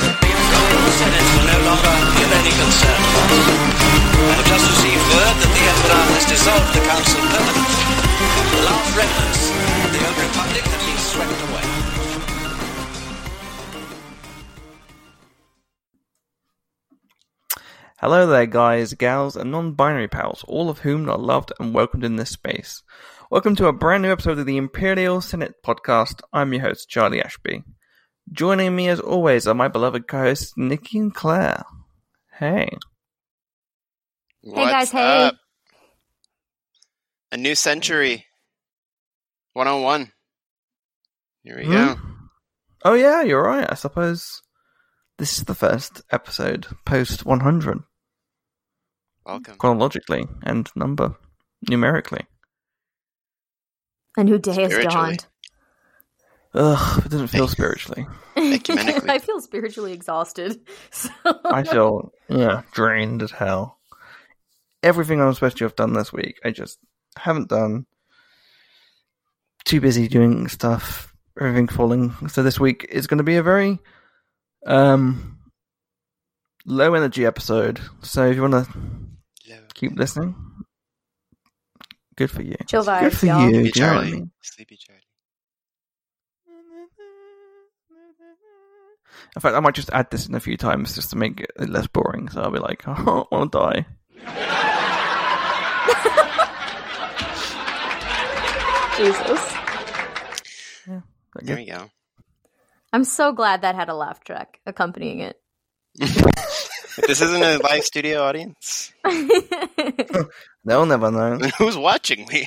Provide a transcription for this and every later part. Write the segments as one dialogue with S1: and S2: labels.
S1: lieutenants were no longer of any concern. I have just received word that the Emperor has dissolved the council permanently. The last remnants of the old republic have been swept away.
S2: Hello there, guys, gals, and non binary pals, all of whom are loved and welcomed in this space. Welcome to a brand new episode of the Imperial Senate podcast. I'm your host, Charlie Ashby. Joining me, as always, are my beloved co hosts, Nikki and Claire. Hey.
S3: What's
S4: guys, hey.
S3: up? uh, A new century. 101. Here we go.
S2: Oh, yeah, you're right. I suppose this is the first episode post 100,
S3: Welcome.
S2: chronologically and number numerically.
S4: A new day has
S3: Spiritually.
S4: dawned.
S2: Ugh, it doesn't feel spiritually.
S3: Ecumenically.
S4: I feel spiritually exhausted. So
S2: I feel yeah, drained as hell. Everything I'm supposed to have done this week, I just haven't done. Too busy doing stuff, everything falling. So this week is going to be a very um low energy episode. So if you want to keep listening, good for you.
S4: Chill
S2: Good
S4: vibes,
S2: for
S4: y'all.
S2: you.
S3: Sleepy
S2: do you know what I
S3: Charlie.
S2: mean?
S3: Sleepy Charlie.
S2: In fact, I might just add this in a few times just to make it less boring. So I'll be like, oh, I want to die.
S4: Jesus.
S2: Is that
S3: There
S2: good?
S3: we go.
S4: I'm so glad that had a laugh track accompanying it.
S3: If this isn't a live studio audience,
S2: They'll never know.
S3: then who's watching me?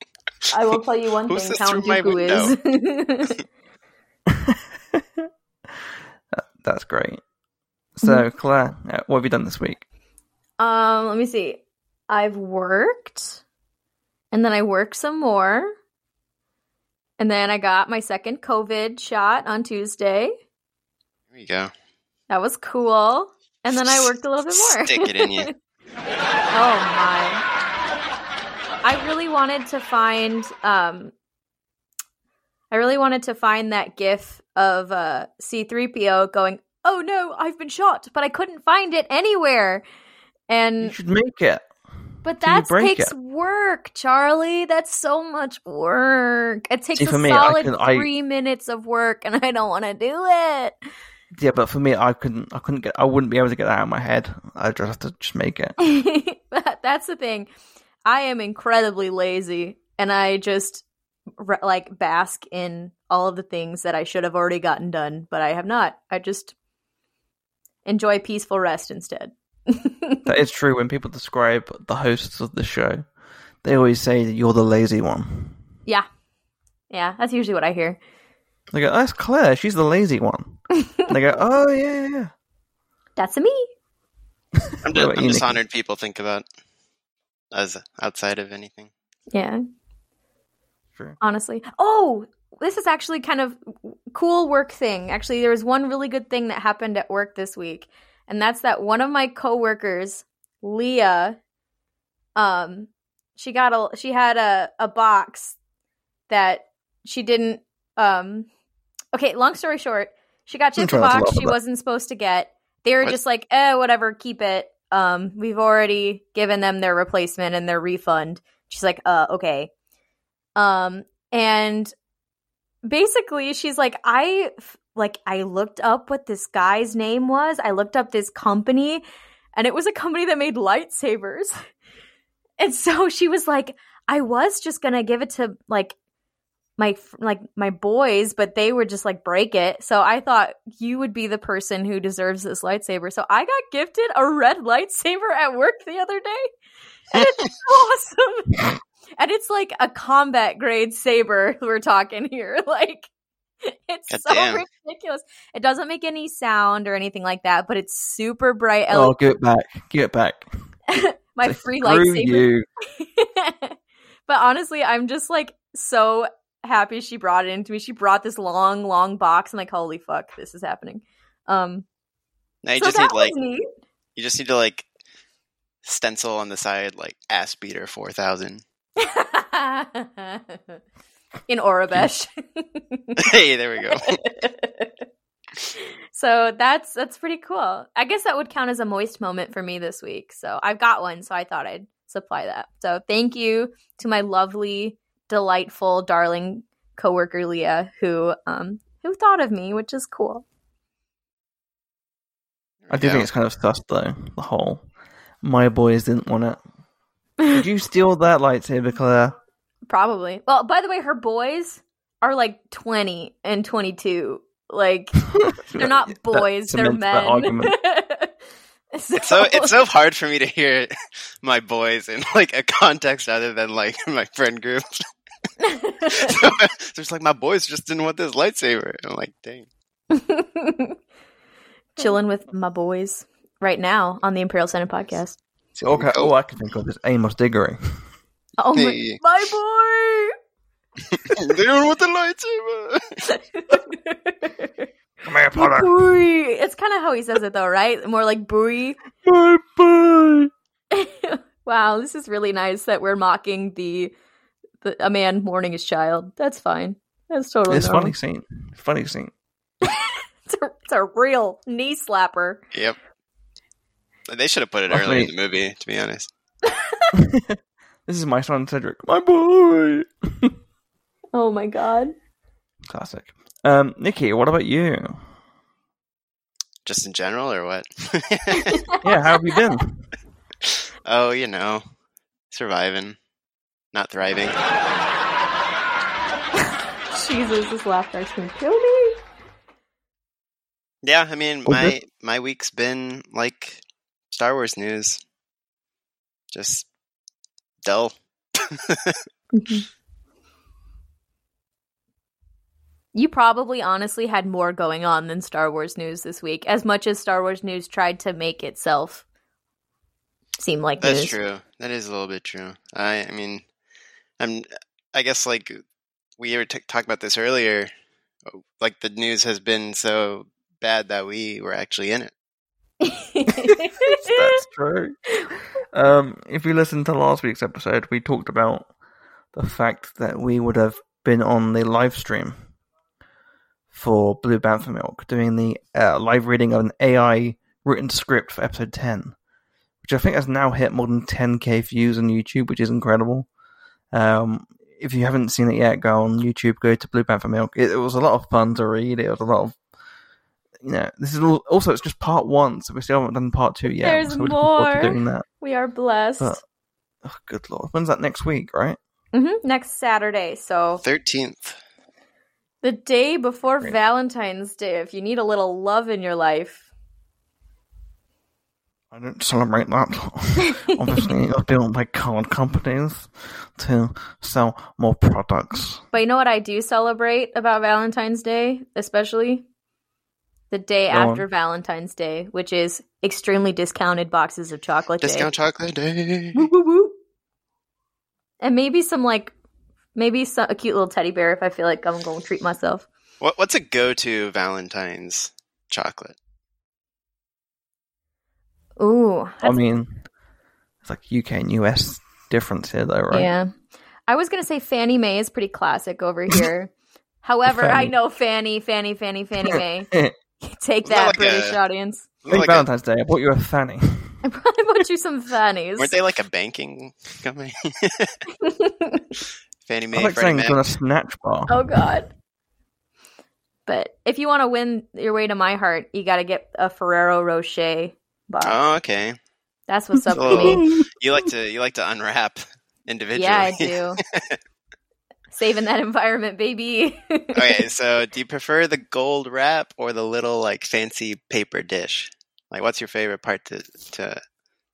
S4: I will tell you one
S3: Who's
S4: thing,
S3: this
S4: Count
S3: through my
S4: Dooku is.
S2: That's great. So, Claire, uh, what have you done this week?
S4: um, let me see. I've worked and then I worked some more. And then I got my second COVID shot on Tuesday.
S3: There you go.
S4: That was cool. And then I worked a little bit more.
S3: Stick it in you.
S4: Oh my. I really wanted to find um I really wanted to find that gif of uh C3PO going, "Oh no, I've been shot, but I couldn't find it anywhere."
S2: You
S4: And
S2: should make it.
S4: but
S2: Can you
S4: that
S2: break
S4: takes
S2: it?
S4: work, Charlie. That's so much work. It takes
S2: See,
S4: a
S2: for me, I
S4: solid
S2: can- I-
S4: 3 minutes of work and I don't want to do it.
S2: Yeah, but for me, I couldn't. I couldn't get. I wouldn't be able to get that out of my head. I just have to just make it.
S4: That- that's the thing. I am incredibly lazy and I just re- like bask in all of the things that I should have already gotten done, but I have not. I just enjoy peaceful rest instead.
S2: That is true. When people describe the hosts of the show, they always say that you're the lazy one.
S4: yeah. Yeah, that's usually what I hear.
S2: They go, oh, "That's Claire. She's the lazy one." And they go, "Oh yeah, yeah, yeah."
S4: That's a me.
S3: I'm
S2: What
S3: just,
S2: about
S3: I'm
S2: you,
S3: just
S2: Nikki?
S3: honored people think about us outside of anything.
S4: Yeah,
S2: True.
S4: honestly. Oh, this is actually kind of cool work thing. Actually, there was one really good thing that happened at work this week, and that's that one of my coworkers, Leah, um, she got a she had a a box that she didn't um okay, long story short, she got
S2: I'm
S4: shipped a
S2: trying not to
S4: box
S2: laugh at
S4: she
S2: that.
S4: wasn't supposed to get. They were
S3: What?
S4: just like, eh, whatever, keep it. Um, we've already given them their replacement and their refund. She's like, uh, okay. Um, and basically she's like i f- like i looked up what this guy's name was i looked up this company and it was a company that made lightsabers and so she was like i was just gonna give it to like my f- like my boys but they were just like break it so i thought you would be the person who deserves this lightsaber so i got gifted a red lightsaber at work the other day and it's awesome and it's like a combat grade saber we're talking here like it's so
S3: Goddamn.
S4: ridiculous it doesn't make any sound or anything like that but it's super bright
S2: Oh, give it back. Give it back.
S4: my
S2: Say,
S4: free
S2: "Screw
S4: lightsaber
S2: you.
S4: but honestly, I'm just like so happy she brought it into me. She brought this long, long box. I'm like, holy fuck, this is happening. Um,
S3: Now you
S4: so
S3: just
S4: that
S3: need like
S4: was neat.
S3: you just need to like stencil on the side like ass beater four thousand.
S4: in Orabesh.
S3: hey, there we go.
S4: So that's that's pretty cool. I guess that would count as a moist moment for me this week. So I've got one, so I thought I'd supply that. So thank you to my lovely, delightful, darling coworker Leah who um who thought of me, which is cool.
S2: I do
S3: Yeah.
S2: think it's kind of sus though. The whole my boys didn't want it. Did you steal that lightsaber, Claire?
S4: Probably. Well, by the way, her boys are like 20 and 22. Like they're not boys, they're
S2: cements that
S4: men.
S2: argument.
S4: so,
S3: So it's so hard for me to hear my boys in like a context other than like my friend group. so, it's like my boys just didn't want this lightsaber. I'm like, dang.
S4: chilling with my boys right now on the Imperial Senate podcast.
S2: See, okay, all I can think of is Amos Diggory.
S4: Oh my,
S3: Hey.
S4: my
S3: they don't want the lightsaber.
S4: boy.
S2: Come here,
S4: My
S2: Potter.
S4: boy. It's kind of how he says it though, right? More like boy.
S2: My boy.
S4: wow, this is really nice that we're mocking the, the a man mourning his child. That's fine. That's totally
S2: It's a
S4: normal.
S2: funny scene. Funny scene.
S4: It's a, it's a real knee slapper.
S3: Yep. They should have put it
S2: Luckily-
S3: earlier in the movie, to be honest.
S2: This is my son Cedric. My boy.
S4: Oh my god.
S2: Classic. Um, Nikki, what about you?
S3: Just in general, or what?
S2: Yeah, how have you been?
S3: oh, you know, surviving, not thriving.
S4: Jesus, this laughter's gonna kill me.
S3: Yeah, I mean,
S2: Oh,
S3: my my week's been like Star Wars news, just dull.
S4: You probably honestly had more going on than Star Wars news this week, as much as Star Wars news tried to make itself seem like
S3: That's
S4: news.
S3: true. That is a little bit true. I, I mean, I'm. I guess like we were t- talking about this earlier. Like the news has been so bad that we were actually in it.
S2: That's true. Um, if you listened to last week's episode, we talked about the fact that we would have been on the live stream for Blue Bantha Milk, doing the uh, live reading of an AI written script for episode 10, which I think has now hit more than 10k views on YouTube, which is incredible. Um, if you haven't seen it yet, go on YouTube, go to Blue Panther Milk. It, it was a lot of fun to read. It was a lot of, you know, this is all, also it's just part one, so we still haven't done part two yet.
S4: There's
S2: so we're looking forward to
S4: more.
S2: doing that.
S4: we are blessed.
S2: But- Oh, good lord! When's that next week? Right?
S4: hmm Next Saturday, so
S3: Thirteenth.
S4: the day before
S2: Right.
S4: Valentine's Day. If you need a little love in your life,
S2: I don't celebrate that. Obviously, I deal with my card companies to sell more products.
S4: but you know what I do celebrate about Valentine's Day, especially the day
S2: Go on.
S4: after Valentine's Day, which is extremely discounted boxes of chocolate. day.
S3: Discount chocolate day.
S4: Woo, woo, woo. And maybe some like maybe some, a cute little teddy bear if I feel like I'm going to treat myself.
S3: What what's a go to Valentine's chocolate?
S4: Ooh,
S2: I
S4: that's-
S2: mean, it's like UK and US difference here, though, right?
S4: yeah. I was gonna say Fannie Mae is pretty classic over here. However, I
S2: Fannie.
S4: know Fanny, Fanny, Fanny, Fanny Mae. Take
S3: Not
S4: that,
S3: like
S4: British
S3: a-
S4: audience.
S2: Happy
S3: Like uh, a-
S2: Valentine's Day. I bought you a fanny.
S4: I probably bought you some fannies.
S3: weren't they like a banking company?
S2: I
S3: Fannie Mae,
S2: like
S3: Freddie
S2: saying
S3: Mac.
S2: it's on a snatch bar.
S4: oh God. But if you want to win your way to my heart, you got to get a Ferrero Rocher box.
S3: Oh, okay.
S4: That's what's up
S3: Oh.
S4: with me.
S3: You like to you like to unwrap individually.
S4: Yeah, I do. Saving that environment, baby.
S3: okay, so do you prefer the gold wrap or the little like fancy paper dish? Like, what's your favorite part to to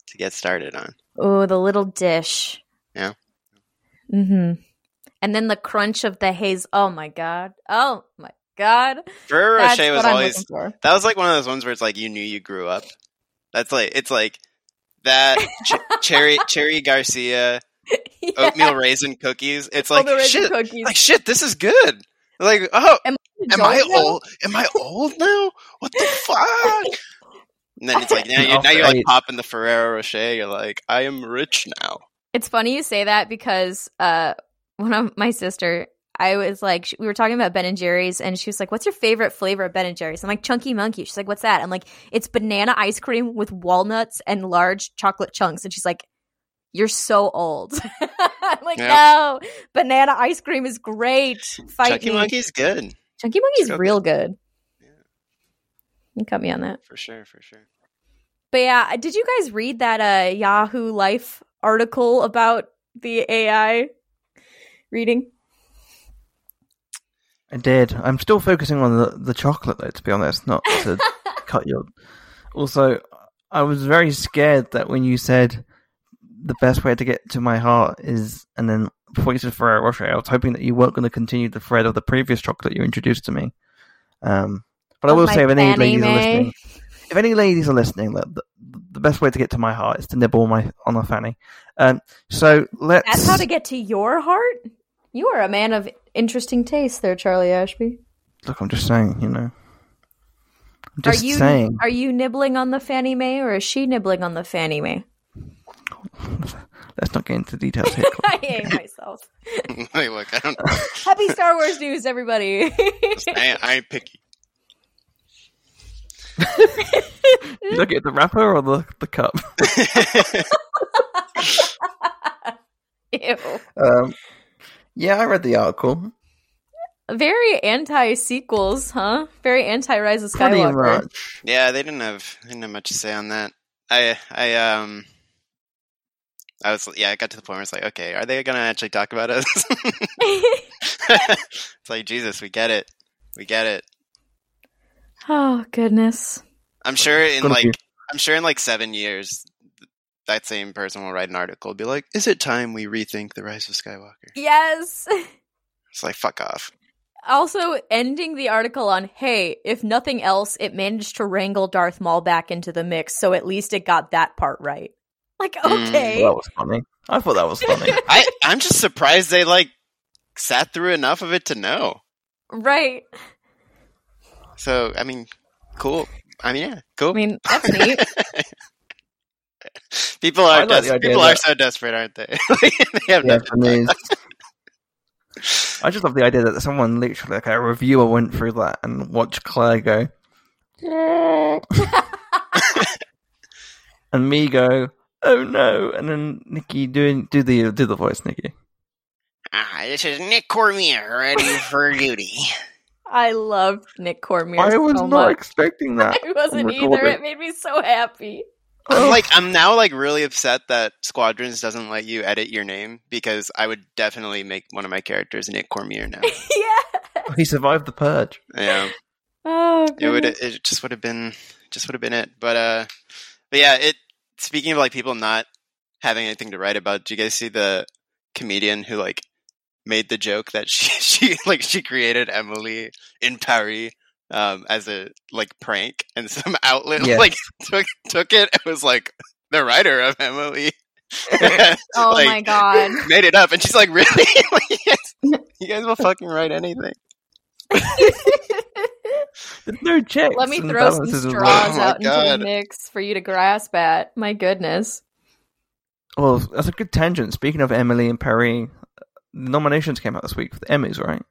S3: to get started on?
S4: oh, the little dish.
S3: Yeah.
S4: Mm-hmm. And then the crunch of the haze. Oh my god. Oh my god.
S3: Ferrero
S4: That's
S3: Rocher was
S4: what I'm
S3: always
S4: looking for.
S3: that was like one of those ones where it's like you knew you grew up. That's like it's like that ch- cherry cherry Garcia
S4: Yeah.
S3: oatmeal raisin cookies. It's like
S4: Oatmeal raisin
S3: shit.
S4: cookies.
S3: Like shit, this is good. Like oh, am I
S4: Adult now?
S3: old? Am I old now? What the fuck? And then it's like now you're, now you're like
S2: Right.
S3: popping the Ferrero Rocher. You're like, I am rich now.
S4: It's funny you say that because uh, one of my sister, I was like, sh- we were talking about Ben and Jerry's, and she was like, "What's your favorite flavor of Ben and Jerry's?" I'm like, "Chunky Monkey." She's like, "What's that?" I'm like, "It's banana ice cream with walnuts and large chocolate chunks." And she's like, "You're so old." I'm like,
S3: Yeah.
S4: "No, banana ice cream is great." Fight
S3: Chucky
S4: me.
S3: Monkey's good
S4: Chunky Monkey's
S3: Sure.
S4: real good.
S3: Yeah.
S4: You cut me on that.
S3: for sure, for sure.
S4: But yeah, did you guys read that uh, Yahoo Life article about the AI reading?
S2: I did. I'm still focusing on the, the chocolate, though, to be honest, not to cut your. Also, I was very scared that when you said the best way to get to my heart is, and then pointed for a Rocher, I was hoping that you weren't going to continue the thread of the previous chocolate you introduced to me. Um, but I
S4: Of
S2: will
S4: my
S2: say, if any
S4: fanny
S2: ladies are
S4: may.
S2: listening, if any ladies are listening, that the, the best way to get to my heart is to nibble on my on a fanny. Um, so let's.
S4: That's how to get to your heart? You are a man of interesting taste there, Charlie Ashby.
S2: Look, I'm just saying, you know. I'm
S4: Are
S2: just
S4: you
S2: saying.
S4: are you nibbling on the Fannie Mae or is she nibbling on the Fannie Mae?
S2: Let's not get into details here.
S4: I hate myself.
S3: like, look, I don't know.
S4: Happy Star Wars news, everybody.
S3: I, I ain't picky.
S2: Look at the wrapper or the, the cup.
S4: Ew.
S2: Um, yeah, I read the article.
S4: Very anti sequels, huh? Very anti Rise of
S2: Pretty
S4: Skywalker.
S2: much.
S3: Yeah, they didn't have they didn't have much to say on that. I I um I was yeah, I got to the point where it's like, okay, are they gonna actually talk about us? it's like Jesus, we get it, we get it.
S4: oh goodness.
S3: I'm sure in
S2: Gonna
S3: like
S2: be-
S3: I'm sure in like seven years, th- that same person will write an article, and be like, is it time we rethink the rise of Skywalker?
S4: Yes.
S3: It's like fuck off.
S4: Also, ending the article on, hey, if nothing else, it managed to wrangle Darth Maul back into the mix, so at least it got that part right. Like,
S3: Mm,
S4: okay.
S2: Well, that was funny. I thought that was funny.
S3: I I'm just surprised they like sat through enough of it to know.
S4: right.
S3: So I mean, cool. I mean, yeah, cool.
S4: I mean, that's neat.
S3: People
S2: I
S3: are
S2: like the
S3: des-
S2: idea
S3: people are
S2: that-
S3: so desperate, aren't they? Like, they have
S2: yeah,
S3: nothing.
S2: for news. I just love the idea that someone literally, like a reviewer, went through that and watched Claire go, and me go, oh no, and then Nikki doing do the do the voice, Nikki.
S3: Ah, this is Nick Cormier ready for duty.
S4: I loved Nick Cormier.
S2: I was
S4: so
S2: not
S4: much.
S2: expecting that.
S4: I wasn't
S2: Record
S4: either.
S2: it.
S4: It made me so happy.
S2: Oh.
S3: I'm like, I'm now like really upset that Squadrons doesn't let you edit your name because I would definitely make one of my characters Nick Cormier now.
S4: yeah.
S2: He survived the purge.
S3: yeah,
S4: Oh,
S3: it would.
S4: goodness.
S3: It just would have been, just would have been it. But uh, but yeah, it. Speaking of like people not having anything to write about, do you guys see the comedian who like made the joke that she she like she created Emily in Paris? Um, as a like prank, and some outlet
S2: Yes.
S3: like took took it and was like the writer of Emily. Yeah,
S4: oh
S3: like,
S4: my god.
S3: made it up, and she's like, "Really? Like, you, guys, you guys will fucking write anything."
S2: There's no checks.
S4: Let me
S2: and
S4: throw some
S2: balances as well.
S4: straws
S3: Oh my
S4: out into
S3: God.
S4: the mix for you to grasp at. My goodness.
S2: Well, that's a good tangent. Speaking of Emily and Perry, the nominations came out this week for the Emmys, right?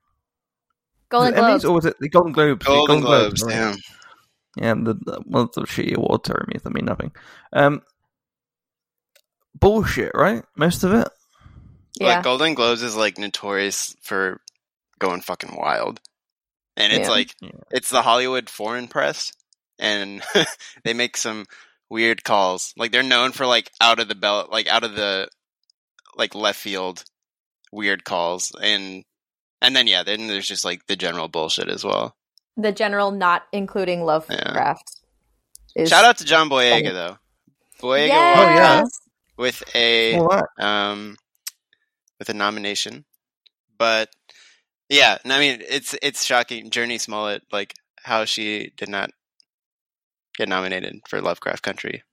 S4: Golden
S2: the Emmys
S4: Globes.
S2: or was it the Golden Globes? The
S3: Golden Globes,
S2: right.
S3: damn.
S2: Yeah, the, the well, the shitty award ceremonies that mean nothing. Um, bullshit, right? Most of it.
S4: yeah.
S3: Like Golden Globes is like notorious for going fucking wild, and it's
S4: Yeah.
S3: like
S2: Yeah.
S3: it's the Hollywood foreign press, and they make some weird calls. Like they're known for like out of the belt, like out of the like left field weird calls, and and then yeah, then there's just like the general bullshit as well.
S4: the general not including Lovecraft. Is-
S3: Shout out to John Boyega
S4: funny.
S3: though. Boyega
S4: Yes!
S2: Oh, yeah.
S3: walked out with a
S2: All that.
S3: um, with a nomination. But yeah, and I mean it's it's shocking. Journey Smollett, like how she did not get nominated for Lovecraft Country.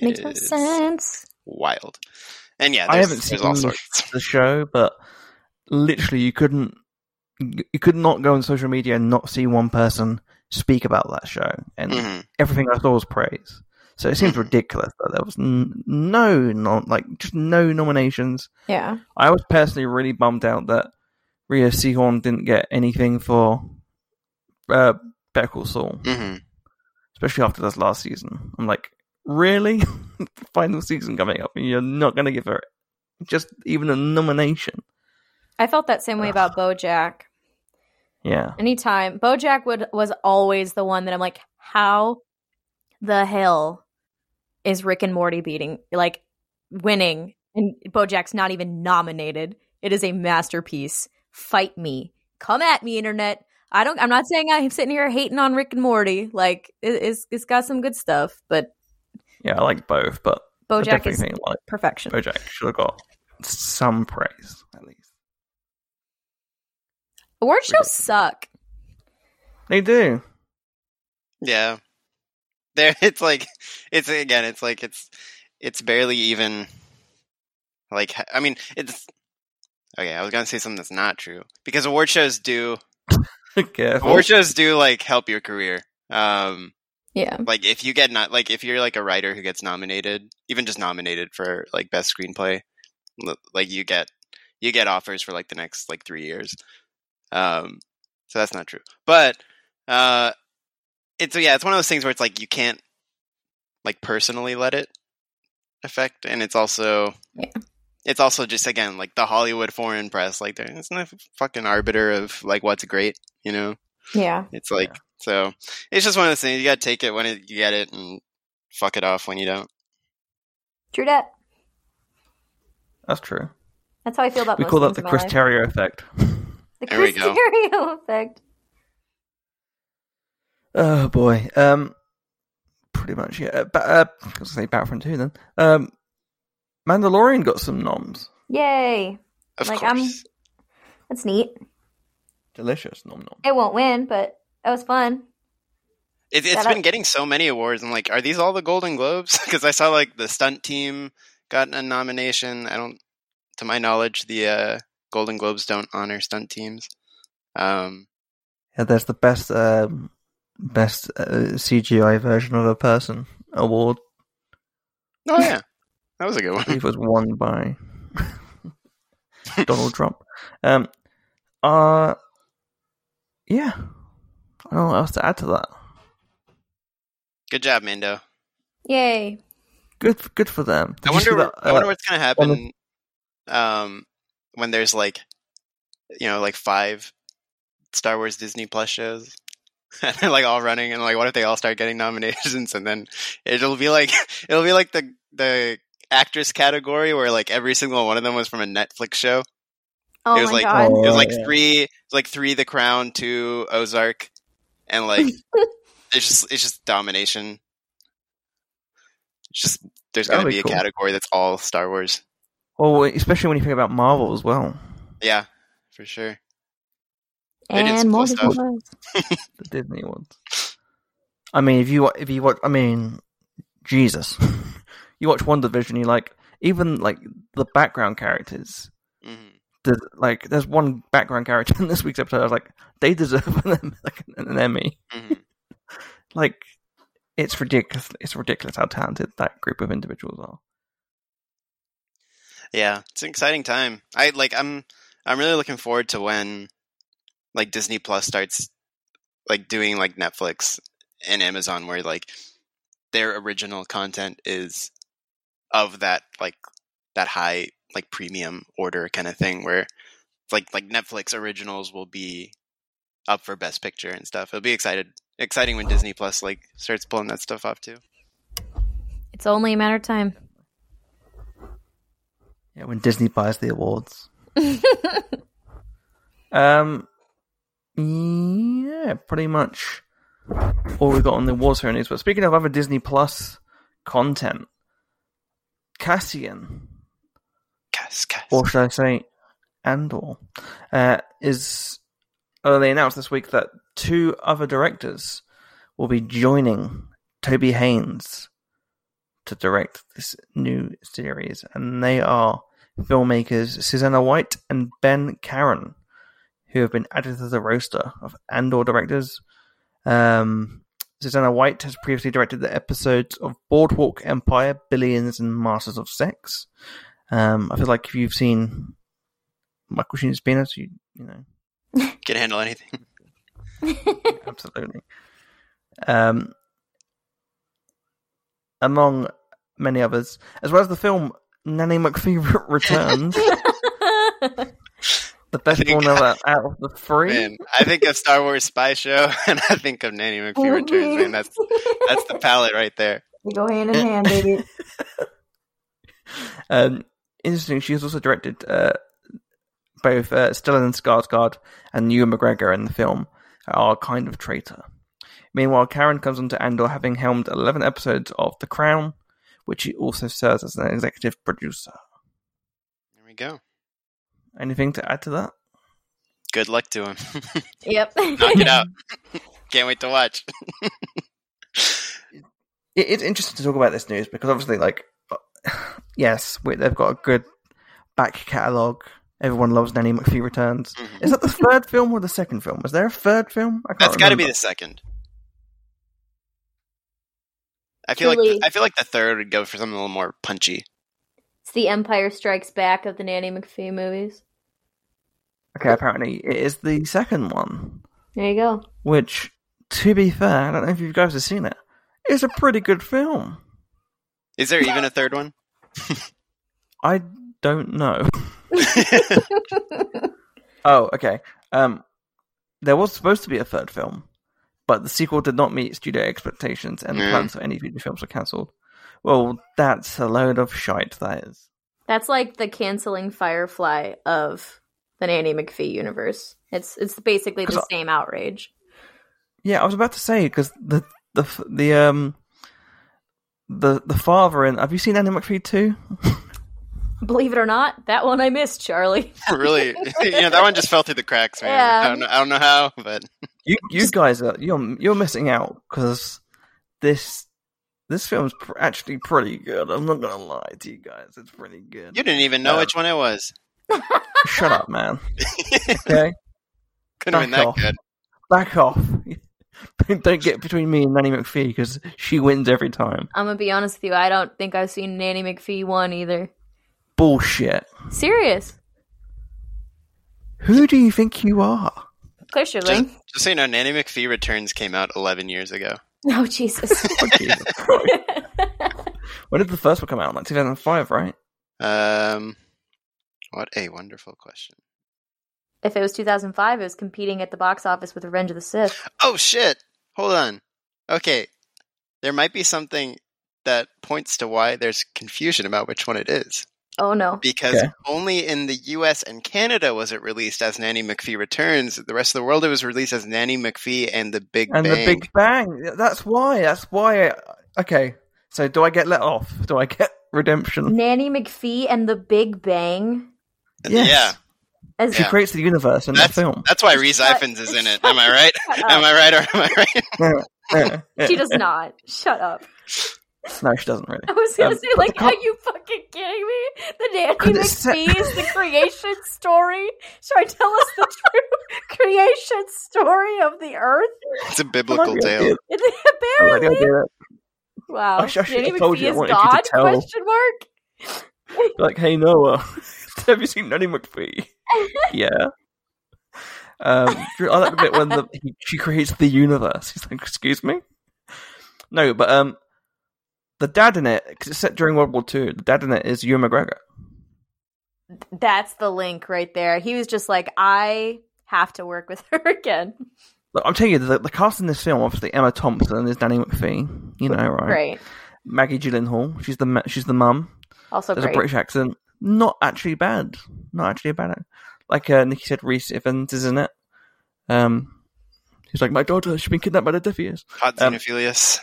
S4: Makes no
S3: is
S4: sense.
S3: Wild. And yeah,
S2: I
S3: there's,
S2: haven't seen
S3: there's all sorts.
S2: the show, but literally, you couldn't, you could not go on social media and not see one person speak about that show, and
S3: hmm
S2: everything I saw was praise. So it seems
S3: Mhm.
S2: ridiculous that there was n- no, non- like just no nominations.
S4: Yeah.
S2: I was personally really bummed out that Rio Seahorn didn't get anything for uh, Better Call Saul,
S3: hmm
S2: especially after this last season. I'm like, really? Final season coming up, and you're not going to give her just even a nomination?
S4: I felt that same way about BoJack.
S2: Yeah,
S4: Anytime BoJack would was always the one that I'm like, how the hell is Rick and Morty beating like winning and BoJack's not even nominated? It is a masterpiece. Fight me, come at me, internet. I don't. I'm not saying I'm sitting here hating on Rick and Morty. Like it, it's it's got some good stuff, but
S2: yeah, I like both, but I
S4: BoJack
S2: definitely
S4: is
S2: think like
S4: perfection.
S2: BoJack should have got some praise at least.
S4: Award shows suck.
S2: They do.
S3: Yeah. There it's like it's again it's like it's it's barely even like I mean it's okay, I was going to say something that's not true because award shows do
S2: Careful.
S3: award shows do like help your career. Um
S4: Yeah,
S3: like if you get not like if you're like a writer who gets nominated, even just nominated for like best screenplay, l- like you get you get offers for like the next like 3 years. Um so that's not true. But uh it's yeah, it's one of those things where it's like you can't like personally let it affect and it's also
S4: Yeah.
S3: it's also just again like the Hollywood foreign press like they're it's not a fucking arbiter of like what's great, you know.
S4: yeah.
S3: It's like so. It's just one of those things. You gotta take it when it, you get it, and fuck it off when you don't.
S4: True that.
S2: That's true.
S4: That's how I feel about.
S2: We
S4: most
S2: call that
S4: things
S2: the
S4: in my
S2: Chris
S4: life.
S2: Terrio effect.
S4: The
S3: There we
S4: Chris
S3: go.
S4: Terrio effect.
S2: Oh boy. Um, pretty much. Yeah. Uh, ba- uh, I was gonna say Battlefront Two then. Um, Mandalorian got some noms.
S4: Yay.
S3: Of
S4: Like,
S3: course,
S4: I'm- That's neat.
S2: Delicious nom nom.
S4: It won't win, but that was fun.
S3: it, it's
S4: that
S3: been
S4: I-
S3: getting so many awards. I'm like, are these all the Golden Globes? Because I saw like the stunt team got a nomination. I don't, to my knowledge, the uh, Golden Globes don't honor stunt teams. Um,
S2: Yeah, there's the best um, best uh, CGI version of a person award.
S3: oh yeah, that was a good
S2: I
S3: one.
S2: believe it was won by Donald Trump. Um, uh, yeah. I don't know what else to add to that.
S3: Good job, Mando.
S4: Yay.
S2: Good, good for them. Did
S3: I
S2: you see
S3: wonder.
S2: that,
S3: I
S2: uh,
S3: wonder what's gonna
S2: on
S3: happen. Um, when there's like, you know, like five Star Wars Disney Plus shows, and they're like all running, and like, what if they all start getting nominations, and then it'll be like, it'll be like the the actress category where like every single one of them was from a Netflix show.
S4: Oh
S3: It was
S4: my
S3: like-
S4: god.
S3: It was like
S2: Oh, yeah.
S3: three, it was like three The Crown, two Ozark, and like it's just it's just domination. It's just there's gonna
S2: That'd
S3: be,
S2: be
S3: a
S2: cool.
S3: category that's all Star Wars.
S2: Well, oh, especially when you think about Marvel as well.
S3: Yeah, for sure. They did some cool
S4: and more
S3: stuff.
S2: the Disney ones. I mean, if you wa- if you watch, I mean, Jesus, you watch One Division, you like even like the background characters.
S3: hmm
S2: There's, like, there's one background character in this week's episode. I was like, they deserve an, like, an Emmy.
S3: hmm
S2: Like, it's ridiculous. It's ridiculous how talented that group of individuals are.
S3: Yeah, it's an exciting time. I like. I'm. I'm really looking forward to when, like, Disney Plus starts, like, doing like Netflix and Amazon, where like their original content is of that like that high like premium order kind of thing, where it's like like Netflix originals will be up for Best Picture and stuff. It'll be excited exciting when Disney Plus like starts pulling that stuff off too.
S4: It's only a matter of time.
S2: Yeah, when Disney buys the awards. um, yeah, pretty much all we got on the awards ceremonies. But speaking of other Disney Plus content, Cassian,
S3: Cass, Cass.
S2: or should I say, Andor, uh, is. Uh, they announced this week that two other directors will be joining Toby Haynes to direct this new series, and they are filmmakers Susanna White and Ben Karen, who have been added to the roster of Andor directors. Um, Susanna White has previously directed the episodes of Boardwalk Empire, Billions, and Masters of Sex. Um, I feel like if you've seen Michael Sheen Spinos, you you know,
S3: Can handle anything.
S2: absolutely. Um, among many others, as well as the film Nanny McPhee returns, the best
S3: think-
S2: one of, out of the three.
S3: Man, I think of Star Wars spy show, and I think of Nanny
S4: Oh,
S3: McPhee returns. Man, that's that's the palette right there.
S4: They go hand in hand, baby.
S2: Um, interesting. She has also directed uh, both uh, Stellan Skarsgård and Ewan McGregor in the film are kind of traitor. Meanwhile, Karen comes onto Andor having helmed 11 episodes of The Crown, which she also serves as an executive producer.
S3: There we go.
S2: Anything to add to that?
S3: Good luck to him.
S4: Yep.
S3: Knock it out. Can't wait to watch.
S2: It, it's interesting to talk about this news because obviously, like, yes, we, they've got a good back catalogue. Everyone loves Nanny McPhee Returns.
S3: Mhm.
S2: Is that the third film or the second film? Is there a third film? I can't
S3: That's got to be
S2: remember.
S3: the second. I feel like
S4: Truly.
S3: the, I feel like the third would go for something a little more punchy.
S4: It's the Empire Strikes Back of the Nanny McPhee movies.
S2: Okay, apparently it is the second one,
S4: There you go.
S2: which, to be fair, I don't know if you guys have seen it. It's a pretty good film.
S3: Is there even a third one?
S2: I don't know. Oh, okay. Um, there was supposed to be a third film, but the sequel did not meet studio expectations, and the
S3: Yeah.
S2: plans for any future films were cancelled. Well, that's a load of shite. That is.
S4: That's like the canceling Firefly of the Nanny McPhee universe. It's it's basically the
S2: 'Cause
S4: same outrage.
S2: Yeah, I was about to say because the the f- the um the the father in. Have you seen Annie McPhee two?
S4: Believe it or not, that one I missed, Charlie.
S3: really, you know that one just fell through the cracks, man. I,
S4: Yeah.
S3: don't know, I don't know how, but
S2: You you guys are you're you're missing out because this this film's pr- actually pretty good. I'm not gonna lie to you guys, it's pretty good.
S3: you didn't even know
S2: Um,
S3: which one it was.
S2: Shut up, man. okay,
S3: Couldn't have
S2: back
S3: been that
S2: off.
S3: good.
S2: back off. Don't get between me and Nanny McPhee because she wins every time.
S4: I'm gonna be honest with you, I don't think I've seen Nanny McPhee one either.
S2: Bullshit.
S4: Serious.
S2: Who do you think you are?
S4: Clear shivling.
S3: Just, just so you know, Nanny McPhee Returns came out 11 years ago.
S4: Oh Jesus.
S2: Oh, Jesus Christ. when did the first one come out? Like 2005, right?
S3: Um, what a wonderful question.
S4: if it was 2005, it was competing at the box office with Revenge of the Sith.
S3: Oh shit! Hold on. Okay, there might be something that points to why there's confusion about which one it is.
S4: Oh no.
S3: because
S2: Okay.
S3: only in the U.S. and Canada was it released as Nanny McPhee Returns. The rest of the world, it was released as Nanny McPhee and the Big
S2: And
S3: Bang.
S2: the Big Bang. That's why. That's why. I... Okay. So do I get let off? Do I get redemption?
S4: Nanny McPhee and the Big Bang.
S2: Yes.
S3: Yeah,
S4: As
S2: She
S3: Yeah.
S2: creates the universe in that film.
S3: that's why Reese Iphens is in it. Am I right?
S4: Shut
S3: Am
S4: up.
S3: I right or am I right?
S2: Yeah, yeah.
S4: she does not. Shut up.
S2: No, she doesn't really.
S4: I was gonna
S2: Um,
S4: say,
S2: but
S4: like,
S2: the cop-
S4: are you fucking kidding me? The
S2: Could
S4: Nanny
S2: it sa-
S4: McPhee is the creation story. Sorry, tell us the true creation story of the Earth.
S3: It's a biblical tale.
S2: I like the
S4: Apparently,
S2: idea that-
S4: wow.
S2: I sh- I should've
S4: Nanny
S2: told you, I
S4: McPhee is
S2: wanted you to
S4: God?
S2: tell.
S4: Question mark.
S2: like, hey Noah, have you seen Nanny McPhee? yeah. Um, I like the bit when the, he, she creates the universe. He's like, excuse me. No, but um, the dad in it because it's set during World War Two. The dad in it is Ewan McGregor.
S4: That's the link right there. He was just like, I have to work with her again.
S2: Look, I'm telling you, the, the cast in this film, obviously Emma Thompson is Nanny McPhee. You know, right?
S4: Great.
S2: Maggie Gyllenhaal, she's the ma- she's the mum.
S4: Also
S2: There's a
S4: great.
S2: British accent. Not actually bad. Not actually a bad act. Like uh, Nikki said, Reese Evans is in it. Um, he's like, my daughter, she's been kidnapped by the Defiers.
S3: Hot
S2: Um,
S3: xenophilius.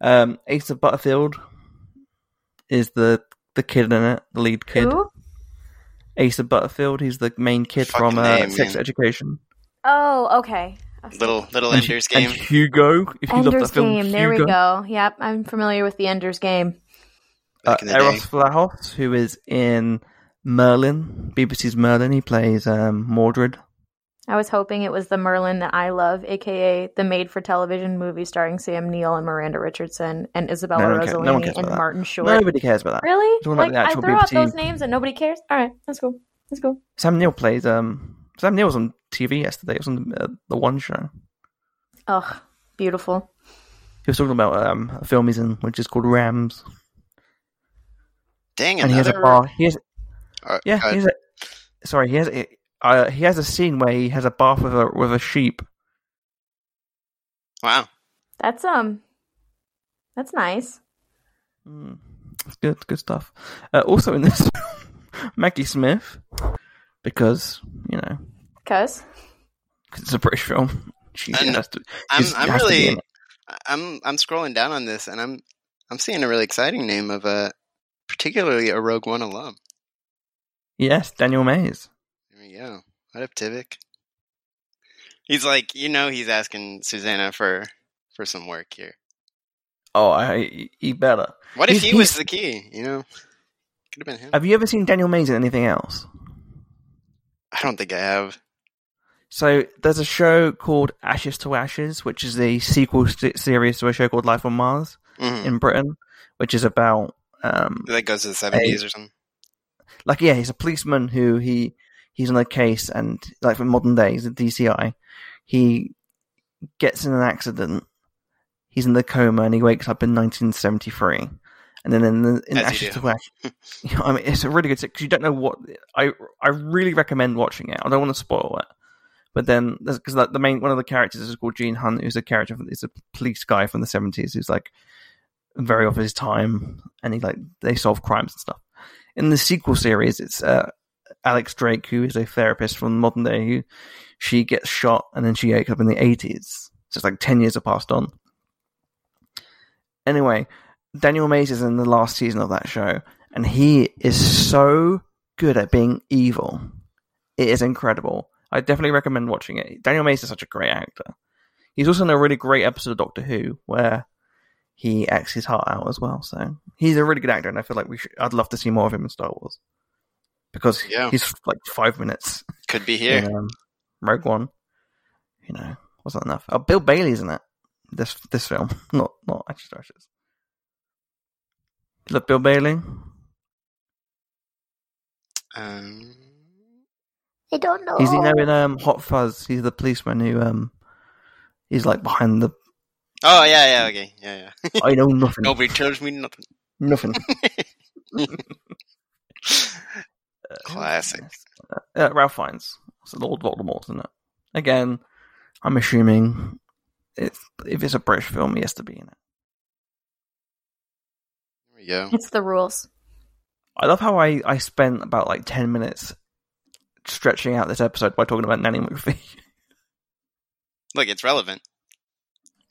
S2: um, Ace of Butterfield is the the kid in it, the lead kid.
S4: Who?
S2: Ace of Butterfield, he's the main kid
S3: Fucking
S2: from uh,
S3: name,
S2: Sex
S3: man.
S2: Education.
S4: Oh, okay.
S3: Little little
S2: And-
S3: Ender's game.
S2: And Hugo, if you love that
S4: Ender's
S2: film.
S4: Game. There
S2: Hugo.
S4: we go. Yep, I'm familiar with the Ender's Game.
S2: Uh,
S3: Back in the
S2: Eros Vlahos, who is in Merlin, BBC's Merlin, he plays um, Mordred.
S4: I was hoping it was the Merlin that I love, aka the made-for-television movie starring Sam Neill and Miranda Richardson and Isabella
S2: No one cares- no
S4: Rossellini
S2: one cares
S4: and
S2: about that.
S4: Martin Short.
S2: Nobody cares about that.
S4: Really?
S2: It's one of
S4: Like
S2: the
S4: I
S2: actual
S4: throw out
S2: BBC.
S4: those names and nobody cares. All right, that's cool. Let's go.
S2: Sam Neill played. Um, Sam Neill was on TV yesterday. It was on the, uh, the One Show.
S4: Ugh, beautiful.
S2: He was talking about um, a film he's in, which is called Rams,
S3: Dang,
S2: and he has a
S3: another.
S2: bar. He has
S3: uh,
S2: yeah.
S3: uh,
S2: He has a, sorry, he has a, uh, he has a scene where he has a bath with a with a sheep.
S3: wow.
S4: That's um, that's nice.
S2: Mm, it's good, good stuff. Uh, also in this, Maggie Smith, because you know
S4: Cause
S2: 'cause it's a British film. She
S3: And
S2: has to.
S3: I'm
S2: she's-
S3: I'm
S2: has to be in
S3: really
S2: it.
S3: I'm I'm scrolling down on this and I'm I'm seeing a really exciting name of a particularly a Rogue One alum.
S2: Yes, Daniel Mays.
S3: There we go. What up, Tivik? He's like, you know, he's asking Susanna for for some work here.
S2: Oh, I he better.
S3: What if
S2: He's-
S3: he was the key? You know, could have been him.
S2: Have you ever seen Daniel Mays in anything else?
S3: I don't think I have.
S2: So there's a show called Ashes to Ashes, which is a sequel se- series to a show called Life on Mars
S3: Mhm.
S2: in Britain, which is about um,
S3: That goes to the seventies or something.
S2: like yeah, he's a policeman who he he's on a case and like for modern day, he's a DCI. He gets in an accident. He's in the coma and he wakes up in 1973. And then in, the, in
S3: As you
S2: Ashes
S3: do.
S2: to Ashes, you know, I mean, it's a really good because you don't know what I I really recommend watching it. I don't want to spoil it, but then because like the main one of the characters is called Gene Hunt, who's a character from, is a police guy from the 70s who's like very of his time, and he like they solve crimes and stuff. In the sequel series, it's uh, Alex Drake, who is a therapist from modern day, who she gets shot and then she wakes up in the eighties. So it's like ten years have passed on. Anyway, Daniel Mays is in the last season of that show, and he is so good at being evil. It is incredible. I definitely recommend watching it. Daniel Mays is such a great actor. He's also in a really great episode of Doctor Who where he acts his heart out as well. So he's a really good actor, and I feel like we should, I'd love to see more of him in Star Wars because
S3: Yeah.
S2: he's like five minutes
S3: Could be here.
S2: in um, Rogue One. You know, wasn't enough. Oh, Bill Bailey's in it. This this film, not not Ashes to Ashes. Look, Bill Bailey.
S3: Um,
S4: I don't know.
S2: He's you know in um, Hot Fuzz. He's the policeman who um, he's like behind the.
S3: oh yeah, yeah, okay, yeah, yeah.
S2: I know nothing.
S3: Nobody tells me nothing.
S2: Nothing.
S3: Classic.
S2: Uh, Ralph Fiennes. It's Lord Voldemort, isn't it? Again, I'm assuming it's, if it's a British film, he has to be in it.
S3: There we go.
S4: It's the rules.
S2: I love how I, I spent about like 10 minutes stretching out this episode by talking about Nanny McPhee.
S3: Look, it's relevant.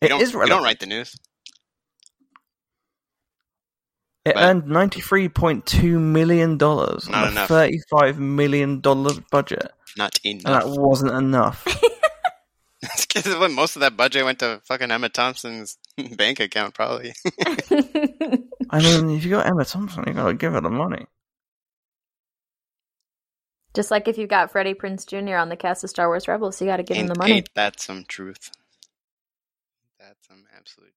S3: We
S2: It
S3: don't,
S2: is
S3: we
S2: relevant.
S3: don't write the news.
S2: It
S3: but-
S2: earned $93.2 million dollars
S3: Not
S2: on
S3: enough.
S2: a $35 million dollars budget.
S3: Not
S2: And
S3: enough.
S2: that wasn't enough.
S3: It's 'cause when most of that budget went to fucking Emma Thompson's bank account, probably.
S2: I mean, if you got Emma Thompson, you gotta give her the money.
S4: Just like if you got Freddie Prince Jr. on the cast of Star Wars Rebels, you got to give him
S3: ain't,
S4: the money.
S3: ain't that some truth? That's some absolute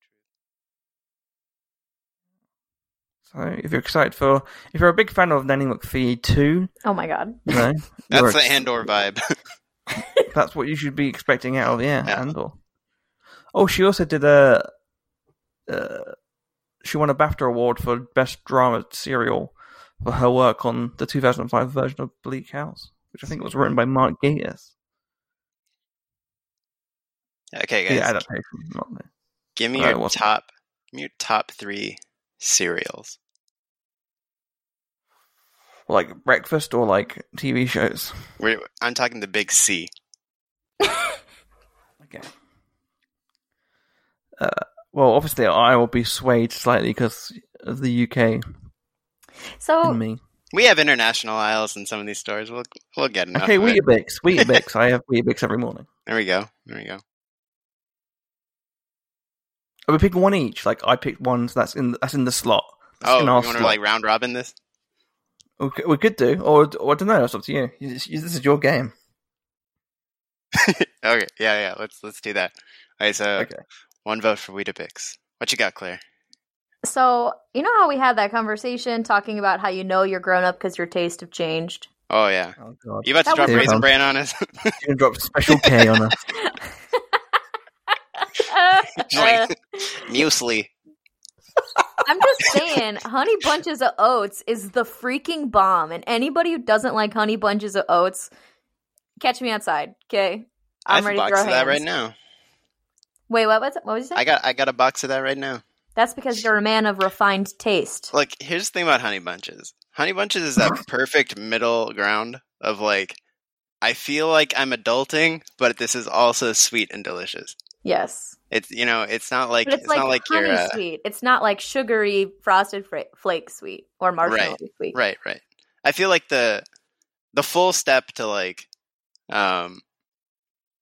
S3: truth.
S2: So if you're excited for, if you're a big fan of Nanny McPhee 2,
S4: Oh my god.
S2: you know, you're
S3: That's
S2: ex-
S3: the Andor vibe.
S2: that's what you should be expecting out of yeah,
S3: Yeah.
S2: Andor. Oh, she also did a. Uh, she won a BAFTA award for best drama serial for her work on the 2005 version of Bleak House, which I think was written by Mark Gatiss.
S3: okay,
S2: The
S3: guys,
S2: adaptation, not the-
S3: give me
S2: Alright,
S3: your
S2: well-
S3: top, give me your top three cereals.
S2: like breakfast or like TV shows.
S3: We're, I'm talking the big C.
S2: Okay. Uh, well, obviously, I will be swayed slightly because of the UK in
S4: So
S2: me.
S3: We have international aisles in some of these stores. We'll we'll get enough.
S2: Okay,
S3: of it.
S2: Weetabix, Weetabix. I have Weetabix every morning.
S3: There we go. There we go.
S2: Are Oh, we picking one each? Like I picked one, so that's in that's in the slot. That's
S3: Oh,
S2: in
S3: you
S2: our
S3: want
S2: slot.
S3: to like round robin this?
S2: Okay, we could do, or, or I don't know. It's up to you. You- you- This is your game.
S3: Okay, yeah, yeah. Let's let's do that. All right, so
S2: Okay.
S3: one vote for Weetabix. What you got, Claire?
S4: so you know how we had that conversation talking about how you know you're grown up because your taste have changed.
S3: Oh yeah.
S2: Oh god.
S3: You about to
S4: That
S3: drop
S2: was-
S3: Raisin Bran on us?
S2: You can drop special K on us.
S4: Uh,
S3: Muesli.
S4: I'm just saying, honey bunches of oats is the freaking bomb, and anybody who doesn't like honey bunches of oats, catch me outside, okay?
S3: I have
S4: I'm
S3: a
S4: ready to
S3: box
S4: throw
S3: of that
S4: hands.
S3: right now.
S4: Wait, what? What? What was you
S3: I
S4: saying?
S3: got I got a box of that right now.
S4: That's because you're a man of refined taste.
S3: Look, here's the thing about honey bunches. Honey bunches is that perfect middle ground of like I feel like I'm adulting, but this is also sweet and delicious.
S4: Yes,
S3: It's you know, it's not like
S4: but
S3: it's,
S4: it's, like,
S3: not like
S4: honey
S3: you're uh,
S4: sweet. It's not like sugary frosted fra- flake sweet or marshmallow sweet.
S3: right, right. I feel like the the full step to like um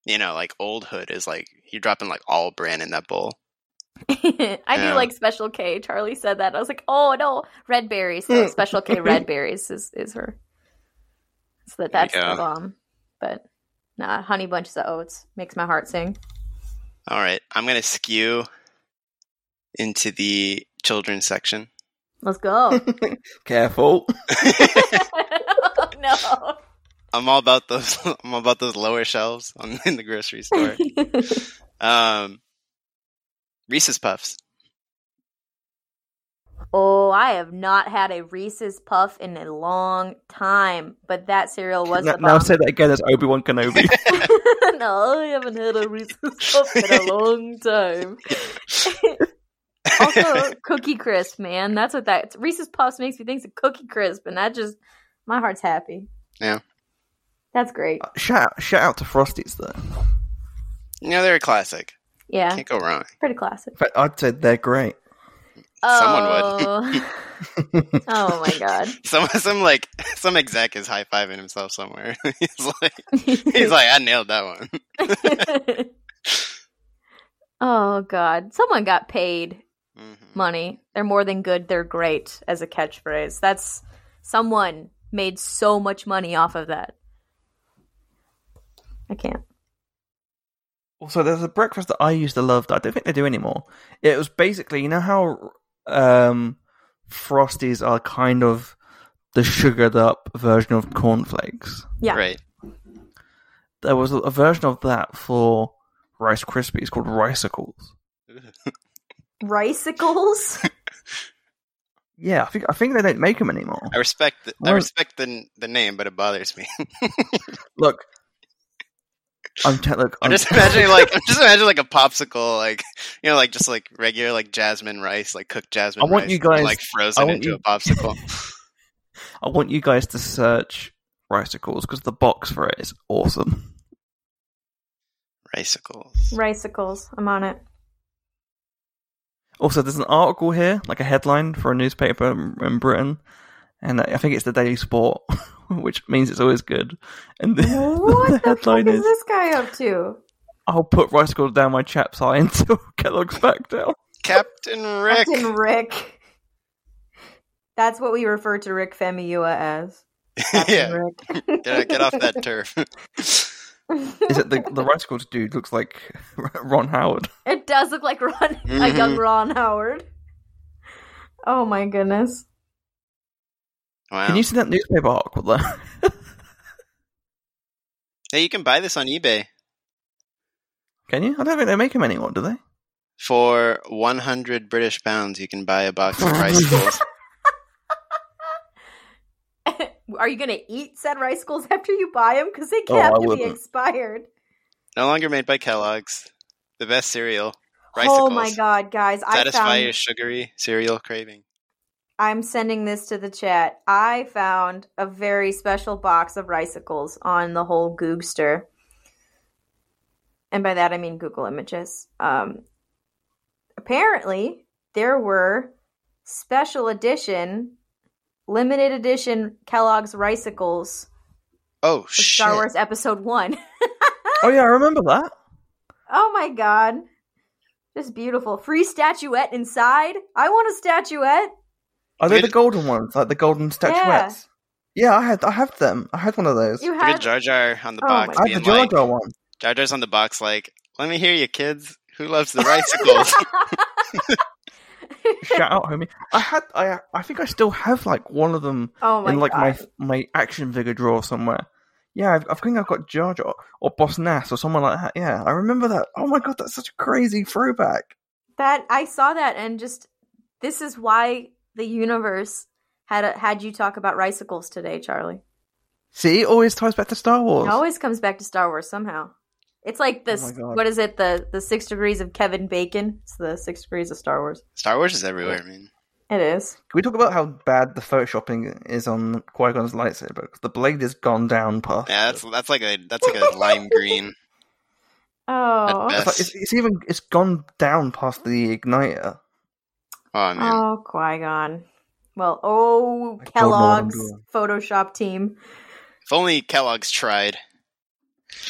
S3: you know, like old hood is like you're dropping like all bran in that bowl.
S4: I
S3: Yeah.
S4: do like Special K. Charlie said that. I was like, oh no, red berries. No, Special K red berries is is her. So that that's
S3: Yeah.
S4: the bomb. But nah, honey bunches of oats makes my heart sing.
S3: All right, I'm gonna skew into the children's section.
S4: Let's go.
S2: Careful.
S4: oh, no.
S3: I'm all about those. I'm all about those lower shelves on, in the grocery store. um, Reese's Puffs.
S4: oh, I have not had a Reese's puff in a long time, but that cereal was
S2: Now,
S4: the
S2: now
S4: bomb.
S2: say that again as Obi Wan Kenobi.
S4: no, I haven't had a Reese's Puff in a long time. also, Cookie Crisp, man. That's what that Reese's Puffs makes me think of Cookie Crisp, and that just my heart's happy.
S3: Yeah. Uh,
S4: that's great.
S2: shout, out, shout out to Frosties though. In
S3: You know they're a classic.
S4: Yeah,
S3: Can't go wrong.
S4: pretty classic.
S2: fact, I'd say they're great.
S3: Someone
S4: would. oh my god.
S3: Some some like some exec is high fiving himself somewhere. he's like he's like I nailed that one.
S4: oh god, someone got paid.
S3: Mhm.
S4: money. They're more than good, they're great as a catchphrase. That's someone made so much money off of that. I can't.
S2: Also, there's a breakfast that I used to love that I don't think they do anymore. It was basically, you know how um, Frosties are kind of the sugared up version of cornflakes?
S4: Yeah.
S3: Right.
S2: There was a, a version of that for Rice Krispies called Ricicles.
S4: Ricicles?
S2: Yeah, I think I think they don't make them anymore.
S3: I respect the, I
S2: Well-
S3: respect the the name, but it bothers me.
S2: Look, I'm te- look.
S3: I'm just imagining like I'm just imagining like a popsicle, like you know, like just like regular like jasmine rice, like cooked jasmine.
S2: I want
S3: rice,
S2: you guys-
S3: like frozen
S2: want
S3: into
S2: you-
S3: a popsicle.
S2: I want you guys to search Ricicles because the box for it is awesome.
S3: Ricicles.
S4: Ricicles. I'm on it.
S2: Also, there's an article here, like a headline for a newspaper in Britain, and I think it's the Daily Sport, which means it's always good. And the, the headline is,
S4: this guy up to?
S2: "I'll put Ricicles down my chap's eye until Kellogg's back down."
S3: Captain Rick.
S4: Captain Rick. That's what we refer to Rick Famuyiwa as.
S3: yeah,
S4: Rick.
S3: get, get off that turf.
S2: Is it the the Ricicles dude looks like Ron Howard?
S4: It does look like Ron, a young
S3: Mhm.
S4: Ron Howard. Oh my goodness.
S3: wow.
S2: Can you see that newspaper article there?
S3: hey, you can buy this on eBay
S2: Can you? I don't think they make them anymore, do they?
S3: for 100 British pounds. You can buy a box of ricicles.
S4: Are you going to eat said ricicles after you buy them? Because they
S2: Oh,
S4: have
S2: I
S4: to be
S2: wouldn't.
S4: expired.
S3: no longer made by Kellogg's. The best cereal.
S4: Oh my
S3: Ricicles.
S4: god, guys! I
S3: Satisfy
S4: found.
S3: your sugary cereal craving.
S4: I'm sending this to the chat. I found a very special box of ricicles on the whole Googster, and by that I mean Google Images. Um, apparently, there were special edition, limited edition Kellogg's ricicles
S3: Oh
S4: for
S3: shit!
S4: Star Wars Episode One. Ah.
S2: Oh yeah, I remember that.
S4: Oh my god. Just beautiful. Free statuette inside. I want a statuette.
S2: Are they
S3: Did-
S2: the golden ones, like the golden statuettes? Yeah, I had I have them. I had one of those.
S4: You
S3: Look at
S4: had
S3: Jar Jar on the
S4: Oh
S3: box.
S2: I
S4: my
S2: had the
S3: being
S2: Jar
S3: like,
S2: Jar one.
S3: Jar Jar's on the box, like, let me hear you, kids. Who loves the ricicles?
S2: Shout out, homie. I had, I, I think I still have like one of them
S4: Oh my
S2: in like
S4: god.
S2: my my action figure drawer somewhere. Yeah, I've, I think I've got Jar Jar or, or Boss Nass or someone like that. Yeah, I remember that. Oh my god, that's such a crazy throwback.
S4: That I saw that and just this is why the universe had had you talk about ricicles today, Charlie.
S2: See, it always ties back to Star Wars.
S4: It always comes back to Star Wars somehow. It's like this.
S2: Oh my God.
S4: what is it? The the six degrees of Kevin Bacon. It's the six degrees of Star Wars.
S3: Star Wars is everywhere, man.
S4: It is.
S2: Can we talk about how bad the photoshopping is on Qui Gon's lightsaber? 'Cause the blade has gone down past.
S3: Yeah, that's that's like a that's like a lime green.
S4: Oh.
S3: At
S2: It's, like, it's, it's even it's gone down past the igniter.
S3: Oh man.
S4: Oh, Qui Gon. Well,
S2: I don't know
S4: oh
S2: what I'm
S4: Kellogg's
S2: doing.
S4: Photoshop team.
S3: If only Kellogg's tried.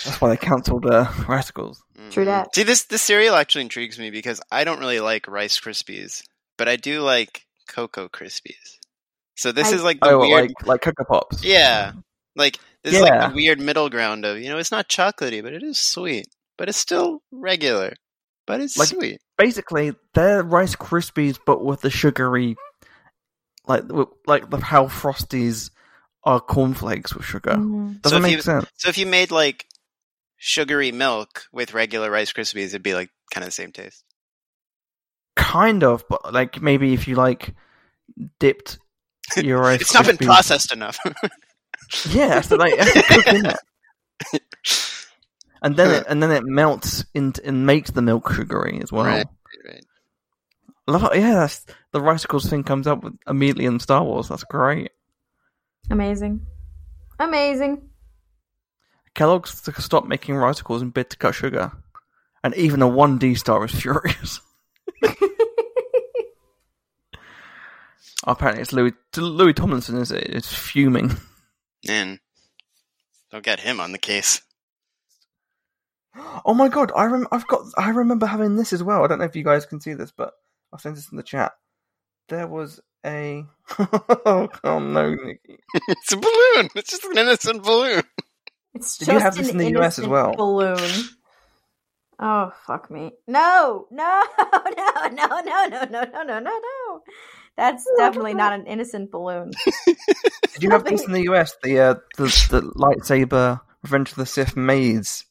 S2: That's why they cancelled uh, Rascals.
S4: True
S3: Mhm.
S4: dat.
S3: See, this this cereal actually intrigues me because I don't really like Rice Krispies, but I do like Cocoa Krispies. So this
S4: I-
S3: is like the
S2: Oh, what,
S3: weird,
S2: like like Cocoa Pops.
S3: yeah, like this is like
S2: Yeah.
S3: the weird middle ground of you know it's not chocolatey, but it is sweet, but it's still regular, but it's
S2: Like-
S3: sweet.
S2: Basically, they're Rice Krispies, but with the sugary, like with- like the, how Frosties are cornflakes with sugar.
S4: Mhm.
S2: Doesn't
S3: if
S2: make
S3: you-
S2: sense.
S3: So if you made like sugary milk with regular Rice Krispies, it'd be like kind of the same taste.
S2: Kind of, but like maybe if you like dipped your Rice
S3: It's not been
S2: Krispies-
S3: processed enough.
S2: Yeah, so like it's cooked in it. And then it, and then it melts into and makes the milk sugary as well.
S3: Right. Right.
S2: I love how- yeah, that's the Rascals thing comes up with immediately in Star Wars. That's great.
S4: Amazing. Amazing.
S2: Kellogg's to stop making Rascals and bid to cut sugar, and even a one D star is furious. Apparently, it's Louis to Louis Tomlinson is it? It's fuming.
S3: Man, don't get him on the case.
S2: Oh my god, I rem- I've got I remember having this as well. I don't know if you guys can see this, but I'll send this in the chat. There was a oh, no, Nikki.
S3: It's a balloon. It's just an innocent balloon.
S4: It's
S2: Did
S4: just
S2: you have this
S4: an
S2: in the US as
S4: innocent
S2: well?
S4: Balloon. Oh fuck me! No, no, no, no, no, no, no, no, no, no, no. That's definitely not an innocent balloon.
S2: Did you have this in the US? The uh, the, the lightsaber Revenge of the Sith maids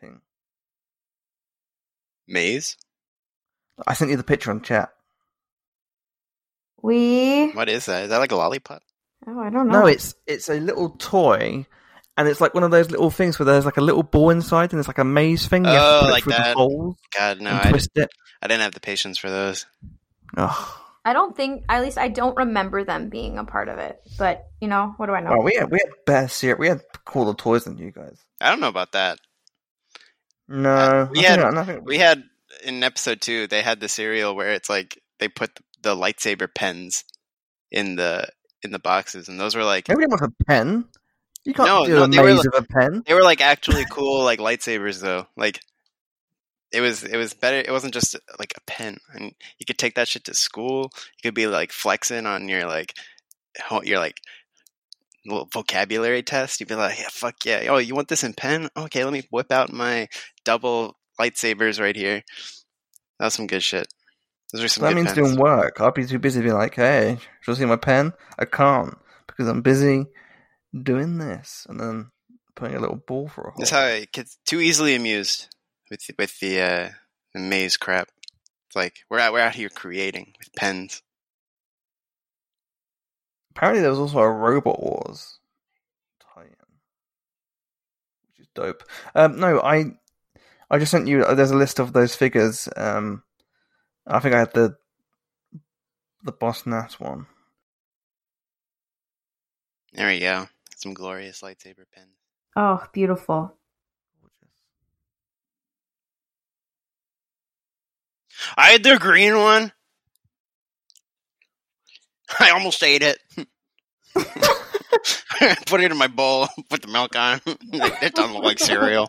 S2: thing.
S3: Maze?
S2: I sent you the picture on chat.
S4: We.
S3: What is that? Is that like a lollipop?
S4: Oh, I don't know.
S2: No, it's it's a little toy, and it's like one of those little things where there's like a little ball inside, and it's like a maze thing. You have
S3: Oh,
S2: to put
S3: like
S2: it through the
S3: that.
S2: holes
S3: God, no.
S2: and
S3: I,
S2: twist it.
S3: I didn't have the patience for those.
S2: Oh.
S4: I don't think. At least I don't remember them being a part of it. But you know, what do I know?
S2: Well, we had Oh, we had better ser- we had cooler toys than you guys.
S3: I don't know about that.
S2: No,
S3: Uh, we
S2: I
S3: had-
S2: think- I think-
S3: We had, in episode two, they had the cereal where it's like they put the lightsaber pens in the in the boxes and those were like
S2: nobody wants a pen. You can't
S3: No,
S2: do
S3: no,
S2: a
S3: they were
S2: maze
S3: like-
S2: of a pen.
S3: they were like actually cool like lightsabers though like it was it was better it wasn't just like a pen and you could take that shit to school you could be like flexing on your like ho- your like little vocabulary test you'd be like yeah fuck yeah oh you want this in pen okay let me whip out my double lightsabers right here that was some good shit those are some
S2: That
S3: good
S2: means
S3: pens.
S2: doing work. I'd be too busy to be like, hey, should I see my pen? I can't because I'm busy doing this and then putting a little ball for a hole.
S3: that's how it gets too easily amused with with the uh the maze crap it's like we're out we're out here creating with pens
S2: Apparently, there was also a Robot Wars tie-in, which is dope. Um, no, I I just sent you. uh, There's a list of those figures. Um, I think I had the the Boss Nass one.
S3: There we go. Some glorious lightsaber pen.
S4: Oh, beautiful.
S3: I had the green one. I almost ate it. put it in my bowl. Put the milk on. it doesn't look like cereal.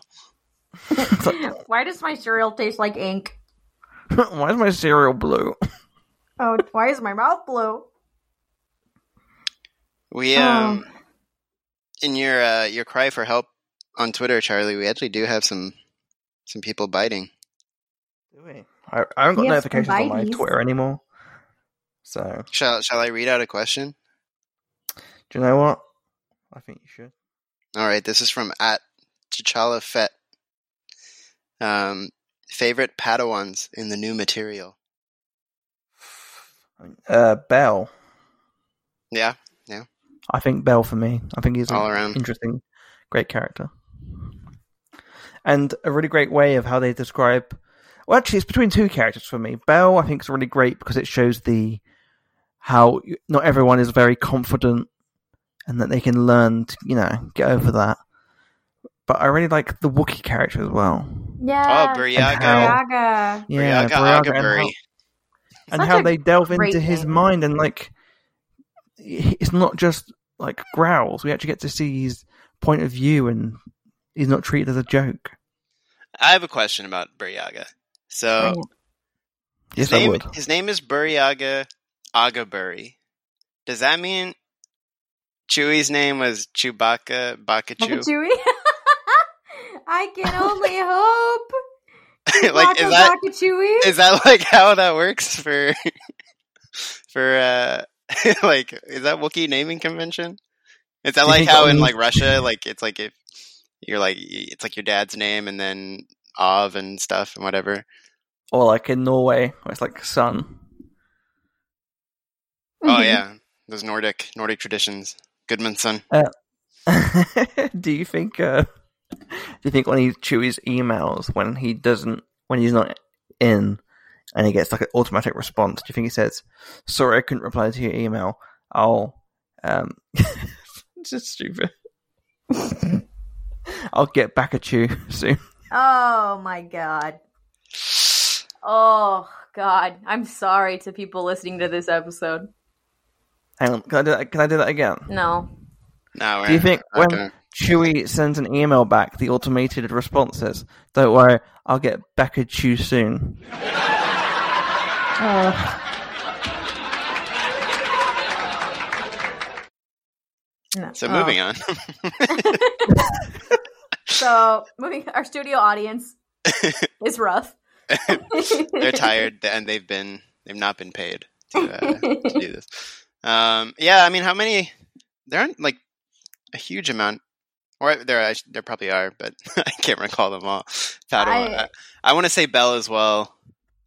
S4: Why does my cereal taste like ink?
S2: Why is my cereal blue?
S4: Oh, why is my mouth blue?
S3: We um, in your uh, your cry for help on Twitter, Charlie, we actually do have some some people biting.
S2: Do we? I, I haven't got
S4: Yes,
S2: notifications on my
S4: Biden's.
S2: Twitter anymore. So,
S3: Shall Shall I read out a question?
S2: do you know what? I think you should.
S3: All right, this is from at T'Challa Fett. Um, favorite Padawans in the new material?
S2: Uh, Bell.
S3: Yeah,
S2: I think Bell for me. I think he's
S3: all
S2: an
S3: around.
S2: interesting, great character. And a really great way of how they describe. Well, actually, it's between two characters for me. Bell, I think, is really great because it shows the how you- not everyone is very confident and that they can learn to, you know, get over that. But I really like the Wookiee character as well.
S4: Yeah.
S3: Oh,
S2: And how-
S3: Buryaga.
S4: Yaga.
S2: Yeah,
S3: Buryaga
S2: Briaga and
S3: Agaberry.
S2: how- and
S4: Such
S2: how
S4: a
S2: they delve
S4: great
S2: into his
S4: name.
S2: mind and like he- it's not just like growls we actually get to see his point of view and he's not treated as a joke
S3: I have a question about Buryaga. So
S2: yes i
S3: name,
S2: would
S3: His name is Buryaga Agaburi. Does that mean Chewie's name was Chewbacca Bakachu?
S4: Chewy. I can only hope.
S3: like is that
S4: Chewy?
S3: is that like how that works for for uh like is that Wookiee naming convention? Is that
S2: I
S3: like
S2: think
S3: how
S2: that
S3: in
S2: means-
S3: like Russia like it's like if you're like it's like your dad's name and then Av and stuff and whatever.
S2: or like in norway where it's like sun Mm-hmm.
S3: Oh yeah, those Nordic Nordic traditions. Goodmanson.
S2: do you think uh do you think when he chews emails when he doesn't when he's not in and he gets like an automatic response do you think he says sorry i couldn't reply to your email i'll um it's just stupid i'll get back at you soon
S4: Oh my god. Oh god. I'm sorry to people listening to this episode.
S2: hang on can i do that, can I do that again
S4: No.
S3: No,
S2: do you think when
S3: okay.
S2: Chewy sends an email back, the automated response says, Don't worry, I'll get back at you soon.
S4: No.
S3: So
S4: Oh.
S3: moving on.
S4: So moving our studio audience is rough.
S3: They're tired and they've been they've not been paid to, uh, to do this. Um, yeah, I mean, how many? There aren't like a huge amount, or there are, there probably are, but I can't recall them all. Padawan. I,
S4: I-
S3: want to say Bell as well.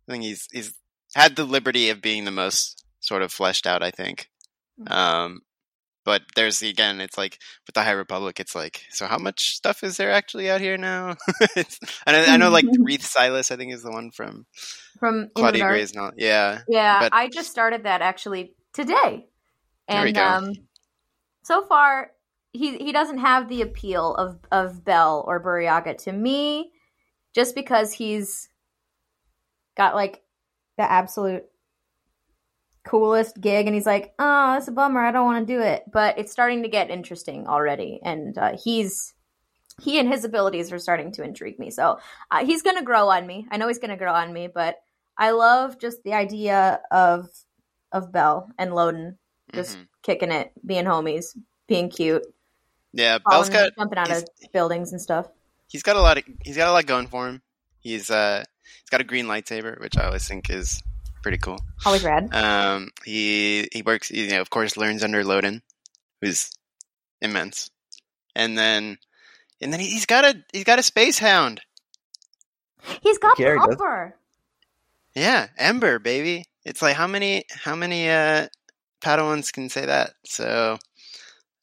S3: I think he's he's had the liberty of being the most sort of fleshed out. I think. Um, but there's again, it's like with the High Republic, it's like so. How much stuff is there actually out here now? It's- I know, I know, like Wreath Silas, I think is the one from
S4: From In the
S3: Claudia
S4: Dark.
S3: Gray's novel. Yeah,
S4: Yeah,
S3: But-
S4: I just started that actually today.
S3: There
S4: And
S3: we go.
S4: um so far he he doesn't have the appeal of of Bell or Buryaga to me just because he's got like the absolute coolest gig and he's like, "Oh, that's a bummer. I don't want to do it." But it's starting to get interesting already and uh, he's he and his abilities are starting to intrigue me. So, uh, he's going to grow on me. I know he's going to grow on me, but I love just the idea of of Bell and Loden just
S3: Mhm.
S4: kicking it, being homies, being cute,
S3: yeah. Bell's
S4: falling,
S3: got
S4: jumping out of buildings and stuff.
S3: he's got a lot of he's got a lot going for him. He's uh he's got a green lightsaber, which I always think is pretty cool.
S4: Always rad.
S3: Um, he he works, you know, of course, learns under Loden, who's immense, and then and then he's got a he's got a space hound.
S4: He's got
S2: Gary does.
S4: Popper.
S3: Yeah, Ember, baby. It's like how many how many uh Padawans can say that? So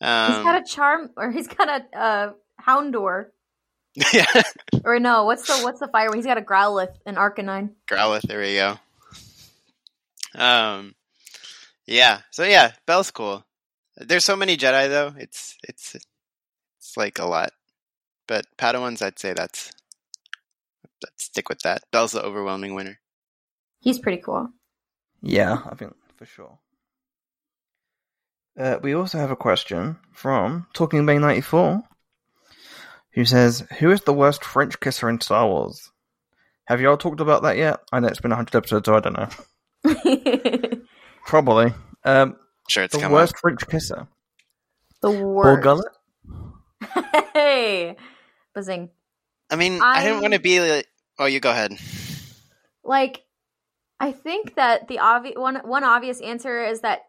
S3: um,
S4: he's got a charm, or he's got a uh, Houndour,
S3: yeah,
S4: or no? What's the what's the fire? one? He's got a Growlithe, an Arcanine.
S3: Growlithe. There we go. Um, yeah. So yeah, Bell's cool. There's so many Jedi though. It's it's it's like a lot. But Padawans, I'd say that's let's stick with that. Bell's the overwhelming winner.
S4: He's pretty cool.
S2: Yeah, I think for sure. Uh, we also have a question from Talking Bay 94 who says, Who is the worst French kisser in Star Wars? Have y'all talked about that yet? I know it's been 100 episodes, so I don't know.
S4: the
S2: Probably. Um,
S3: Sure, it's
S2: the
S3: coming.
S2: worst French kisser. Paul
S4: worst.
S2: Gullet?
S4: hey, buzzing.
S3: I mean, I, didn't want to
S4: I-
S3: be. Like, oh, you go ahead.
S4: like I think that the obvious one one obvious answer is that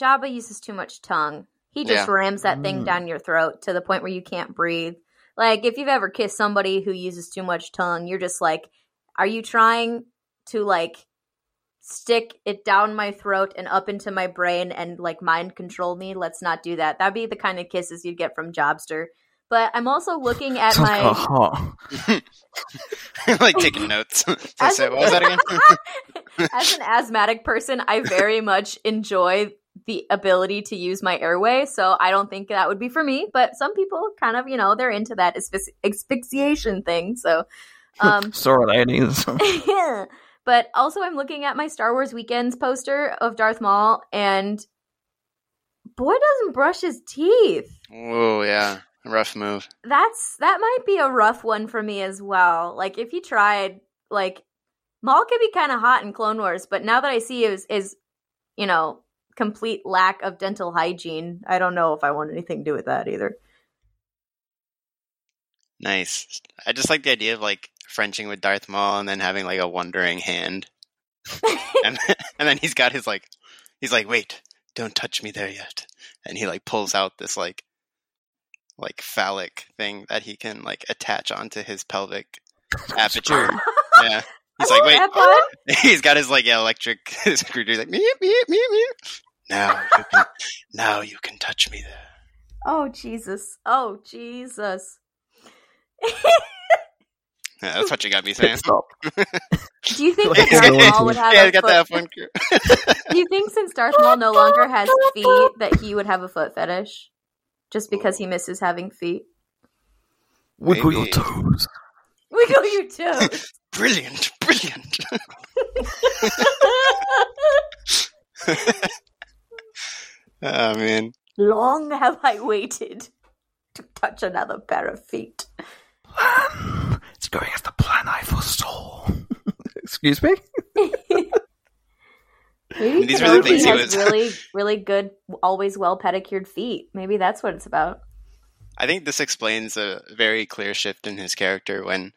S4: Jabba uses too much tongue. He just
S3: Yeah.
S4: rams that thing
S2: Mm.
S4: down your throat to the point where you can't breathe. Like if you've ever kissed somebody who uses too much tongue, you're just like, are you trying to like stick it down my throat and up into my brain and like mind control me? Let's not do that. That'd be the kind of kisses you'd get from Jobster. But I'm also looking at
S2: Sounds
S4: my
S2: kind of hot.
S3: like taking notes. so, I
S4: As
S3: say,
S4: an-
S3: what was that again?
S4: As an asthmatic person, I very much enjoy the ability to use my airway, so I don't think that would be for me. But some people kind of, you know, they're into that asphyx- asphyxiation thing. So, um,
S2: Sorry, ladies.
S4: but also, I'm looking at my Star Wars Weekends poster of Darth Maul, and boy doesn't brush his teeth.
S3: Whoa, yeah, rough move.
S4: That's that might be a rough one for me as well. Like if he tried, like Maul could be kind of hot in Clone Wars, but now that I see is is you know complete lack of dental hygiene. I don't know if I want anything to do with that either.
S3: Nice. I just like the idea of like Frenching with Darth Maul and then having like a wandering hand, and and then he's got his like, he's like, wait, don't touch me there yet, and he like pulls out this like, like phallic thing that he can like attach onto his pelvic aperture. yeah. He's
S4: I
S3: like,
S4: love
S3: wait,
S4: that part.
S3: he's got his like yeah, electric screwdriver. He's like, meep, meep, meep, meep. Now you can, now you can touch me there.
S4: Oh Jesus! Oh Jesus!
S3: Yeah, that's what you got me
S2: Pit
S3: saying.
S2: stop.
S4: Do you think
S2: Like,
S4: that Darth
S2: going
S4: Maul
S2: to-
S4: would have
S3: yeah,
S4: a
S3: he's got
S4: foot?
S3: the F1 crew.
S4: Do you think since Darth Maul no longer has feet that he would have a foot fetish, just because he misses having feet?
S2: Wiggle your
S3: Maybe.
S2: toes.
S4: Wiggle your toes.
S3: Brilliant, brilliant. Oh man.
S4: Long have I waited to touch another pair of feet.
S2: It's going as the plan I foresaw. Excuse me?
S4: Maybe
S3: These
S4: These
S3: were the
S2: things
S4: has
S2: he
S3: was-
S4: really, really good, always well pedicured feet. Maybe that's what it's about.
S3: I think this explains a very clear shift in his character when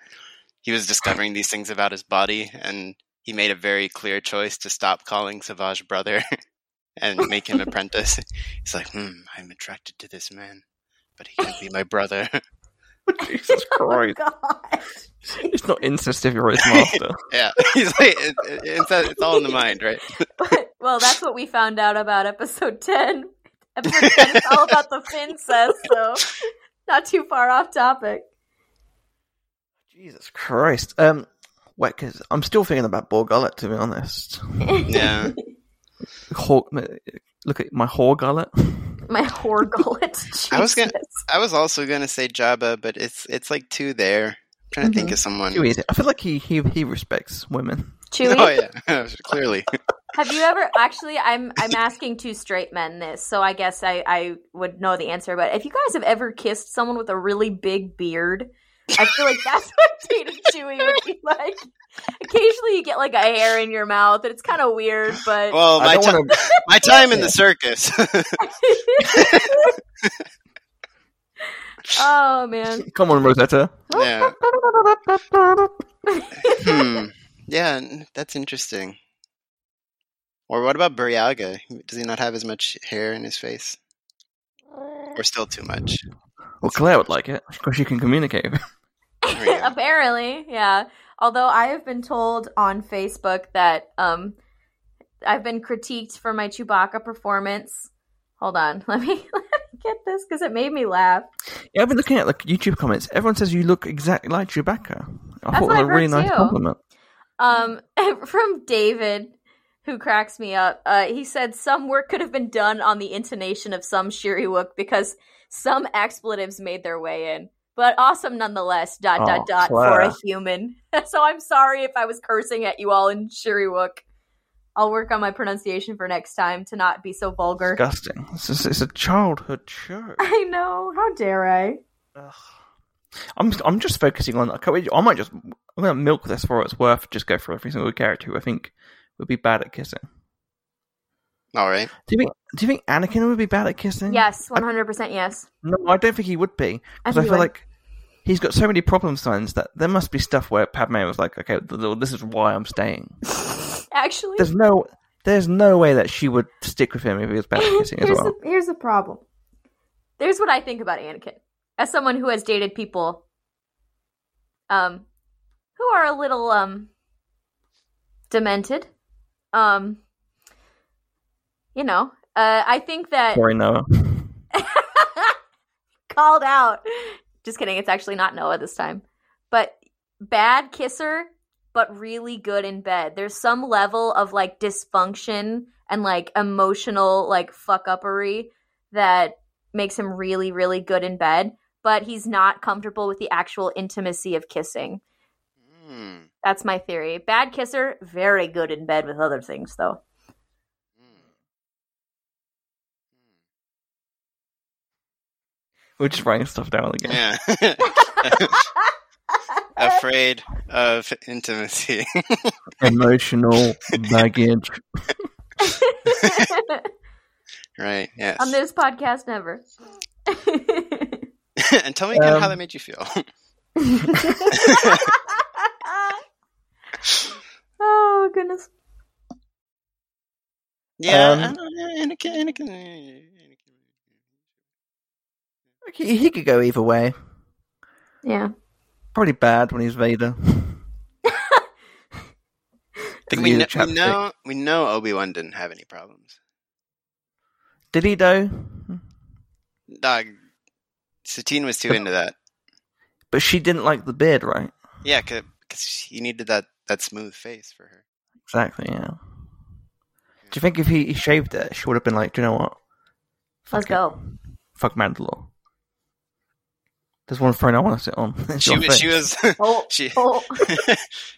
S3: he was discovering these things about his body and he made a very clear choice to stop calling Savage brother and make him apprentice. He's like, hmm, I'm attracted to this man, but he can't be my brother.
S2: Jesus Christ.
S4: Oh, God.
S2: It's not incest if you're his master.
S3: yeah. He's like, it, it, it's, uh, it's all in the mind, right?
S4: well, that's what we found out about episode 10. Episode 10 is all about the princess, so not too far off topic.
S2: Jesus Christ. Um, wait, because I'm still thinking about Borgullet, to be honest.
S3: Yeah.
S2: Hor- look at my whore gullet.
S4: My whore gullet.
S3: I was gonna-
S4: Jesus.
S3: I was also going to say Jabba, but it's it's like two there. I'm trying to think of someone.
S2: Chewie is it? I feel like he, he he respects women.
S4: Chewy,
S3: Oh, yeah. Clearly.
S4: Have you ever actually I'm I'm asking two straight men this, so I guess I, I would know the answer, but if you guys have ever kissed someone with a really big beard, I feel like that's what dating Chewy would be like. Occasionally you get like a hair in your mouth and it's kinda weird, but
S3: Well,
S2: I
S3: my,
S2: don't
S3: ti-
S2: want to.
S3: my time in the circus.
S4: Oh man.
S2: Come on, Rosetta.
S3: yeah. Hmm. Yeah, n- that's interesting. Or what about Buryaga? Does he not have as much hair in his face? Or still too much?
S2: Well, Claire would like it because she can communicate.
S3: There you go.
S4: Apparently, yeah. Although I have been told on Facebook that um I've been critiqued for my Chewbacca performance. Hold on, let me let me get this because it made me laugh.
S2: yeah, I've been looking at like YouTube comments. Everyone says you look exactly like Chewbacca. I thought
S4: That's
S2: it
S4: what
S2: was a
S4: I've heard
S2: really nice
S4: too.
S2: compliment.
S4: Um, from David, who cracks me up. Uh, he said some work could have been done on the intonation of some Shiriwook because some expletives made their way in, but awesome nonetheless. Dot
S2: Oh,
S4: dot dot for a
S2: Clara.
S4: human. so I'm sorry if I was cursing at you all in Shiriwook. I'll work on my pronunciation for next time to not be so vulgar.
S2: Disgusting. It's, just, it's a childhood show.
S4: I know. How dare I?
S2: Ugh. I'm I'm just focusing on. I, can't wait- I might just I'm gonna milk this for what it's worth. Just go for every single character who I think would be bad at kissing.
S3: All right.
S2: Do you think Do you think Anakin would be bad at kissing?
S4: Yes, 100% yes.
S2: No, I don't think he would be
S4: I
S2: because I,
S4: think he
S2: feel
S4: would.
S2: like he's got so many problem signs that there must be stuff where Padme was like, okay, th- th- this is why I'm staying.
S4: actually.
S2: There's no, there's no way that she would stick with him if he was bad kissing as
S5: here's,
S2: well.
S5: the, here's the problem.
S4: There's what I think about Anakin. As someone who has dated people um who are a little um demented. Um you know, uh I think that
S2: Sorry, Noah.
S4: called out. Just kidding. It's actually not Noah this time. But bad kisser, but really good in bed. There's some level of like dysfunction and like emotional like fuck uppery that makes him really, really good in bed. But he's not comfortable with the actual intimacy of kissing.
S3: Hmm.
S4: That's my theory. Bad kisser, very good in bed with other things though.
S2: We're just writing stuff down again.
S3: Yeah. Afraid of intimacy.
S2: Emotional baggage.
S3: right. Yes.
S4: On this podcast, never.
S3: and tell me again how
S2: Um,
S3: that made you feel.
S4: oh goodness.
S3: yeah.
S2: Um,
S3: I don't know, Anakin, Anakin, Anakin.
S2: He, he could go either way.
S4: Yeah.
S2: Probably bad when he's Vader.
S3: I think we,
S2: Leader chapstick.
S3: kn- we know we know Obi Wan didn't have any problems.
S2: Did he though?
S3: Dog. Satine was too into that.
S2: But she didn't like the beard, right?
S3: Yeah, because he needed that that smooth face for her.
S2: Exactly. Yeah. Do you think if he, he shaved it, she would have been like, "Do you know what? Fuck
S4: Let's
S2: it.
S4: go.
S2: Fuck Mandalore." There's one throne I want to sit on. It's
S3: She
S2: your
S3: was she
S2: face.
S3: was
S4: Oh,
S3: she
S4: oh.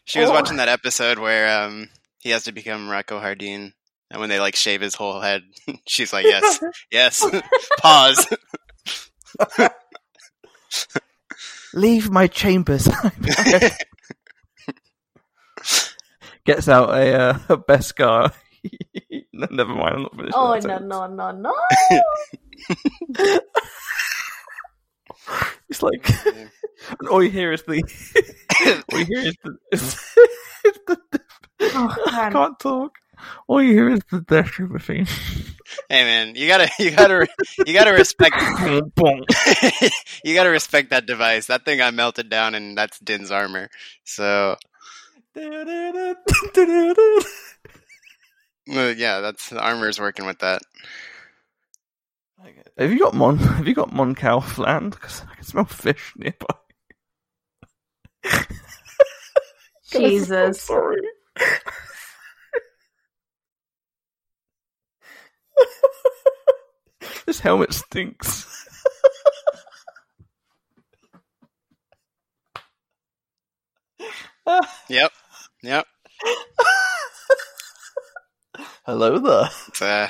S3: she was
S4: Oh.
S3: watching that episode where um he has to become Rocco Hardin, and when they like shave his whole head, she's like, "Yes, yes." Pause.
S2: Leave my chambers. Gets out a, uh, a Beskar. no, never mind. I'm not finished.
S5: Oh
S2: with that
S5: no
S2: sentence.
S5: no no no!
S2: It's like and all you hear is the. all you hear is the. It's, it's the
S5: Oh,
S2: I
S5: God.
S2: can't talk. All you hear is the Death Trooper theme.
S3: hey man, you gotta you gotta you gotta respect
S2: Boom, boom.
S3: you gotta respect that device. That thing got melted down, and that's Din's armor. So well, uh, yeah, that's the armor's working with that.
S2: Have you got Mon? Have you got Mon Cal Flan? Because I can smell fish nearby.
S4: Jesus.
S2: Sorry. this helmet stinks.
S3: Yep, yep.
S2: Hello there.
S3: It's a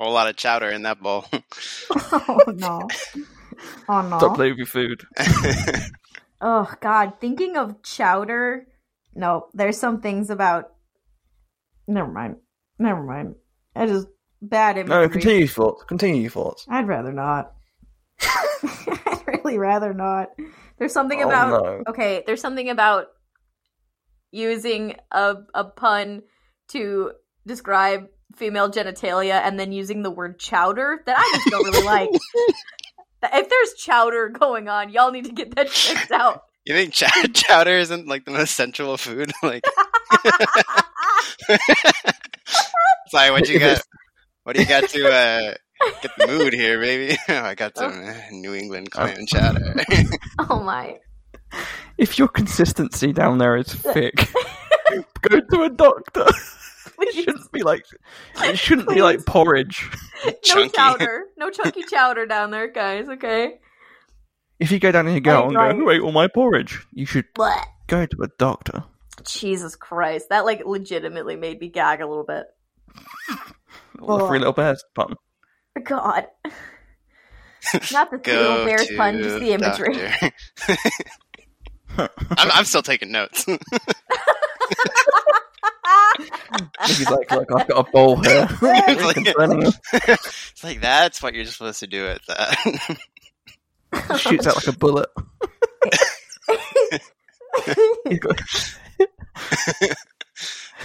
S3: whole lot of chowder in that bowl.
S5: Oh no! Oh
S2: Stop
S5: no!
S2: playing with your food.
S5: Oh God! Thinking of chowder. No, there's some things about. Never mind. Never mind. That is bad imagery.
S2: No, continue your thoughts. Continue your thoughts.
S5: I'd rather not. I'd really rather not.
S4: There's something
S2: Oh,
S4: about
S2: no.
S4: okay. There's something about using a a pun to describe female genitalia and then using the word chowder that I just don't really like. If there's chowder going on, y'all need to get that checked out.
S3: You think chow- chowder isn't like the most sensual food? Like, sorry, what you got? What do you got to uh, get the mood here, baby? Oh, I got some uh, New England clam chowder.
S4: Oh my.
S2: If your consistency down there is thick, go to a doctor. It shouldn't be like it shouldn't be like porridge.
S4: No
S3: Chunky.
S4: chowder. No chunky chowder down there, guys, okay?
S2: If you go down and you go
S5: Right,
S2: and
S5: right.
S2: go, who ate all my porridge? You should
S4: But
S2: go to a doctor.
S4: Jesus Christ. That like legitimately made me gag a little bit.
S2: All the
S5: Well,
S2: three little bears button.
S4: God. Not the three
S3: Go
S4: little bears
S3: to
S4: pun, just the imagery.
S3: doctor. I'm, I'm still taking notes.
S2: He's like, look, I've got a bowl here. Concerning him.
S3: it's like that's what you're supposed to do at that.
S2: Shoots out like a bullet. He's got-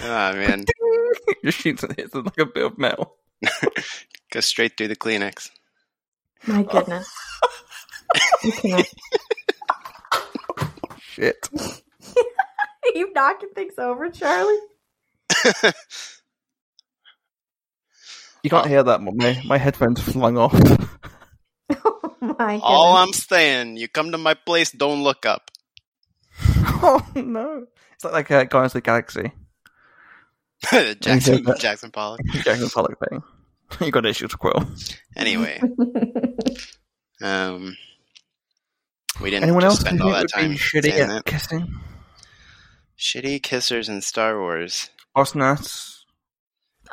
S3: Oh man,
S2: Just shoots and hits it like a bit of metal.
S3: go straight through the Kleenex.
S5: My goodness. you can't.
S2: Shit.
S5: you knocking things over, Charlie?
S2: You can't hear that one. My, my headphones flung off.
S5: Oh my goodness.
S3: All I'm saying, you come to my place, don't look up.
S2: oh no. It's like, like a Guardians of the Galaxy.
S3: Jackson
S2: that.
S3: Jackson Pollock.
S2: Jackson Pollock thing. you got issues, Quill.
S3: Anyway, um, we didn't
S2: Anyone
S3: just
S2: else
S3: spend
S2: who
S3: all
S2: would
S3: that time
S2: be shitty
S3: saying
S2: at
S3: that.
S2: kissing?
S3: Shitty kissers in Star Wars.
S2: Osnas.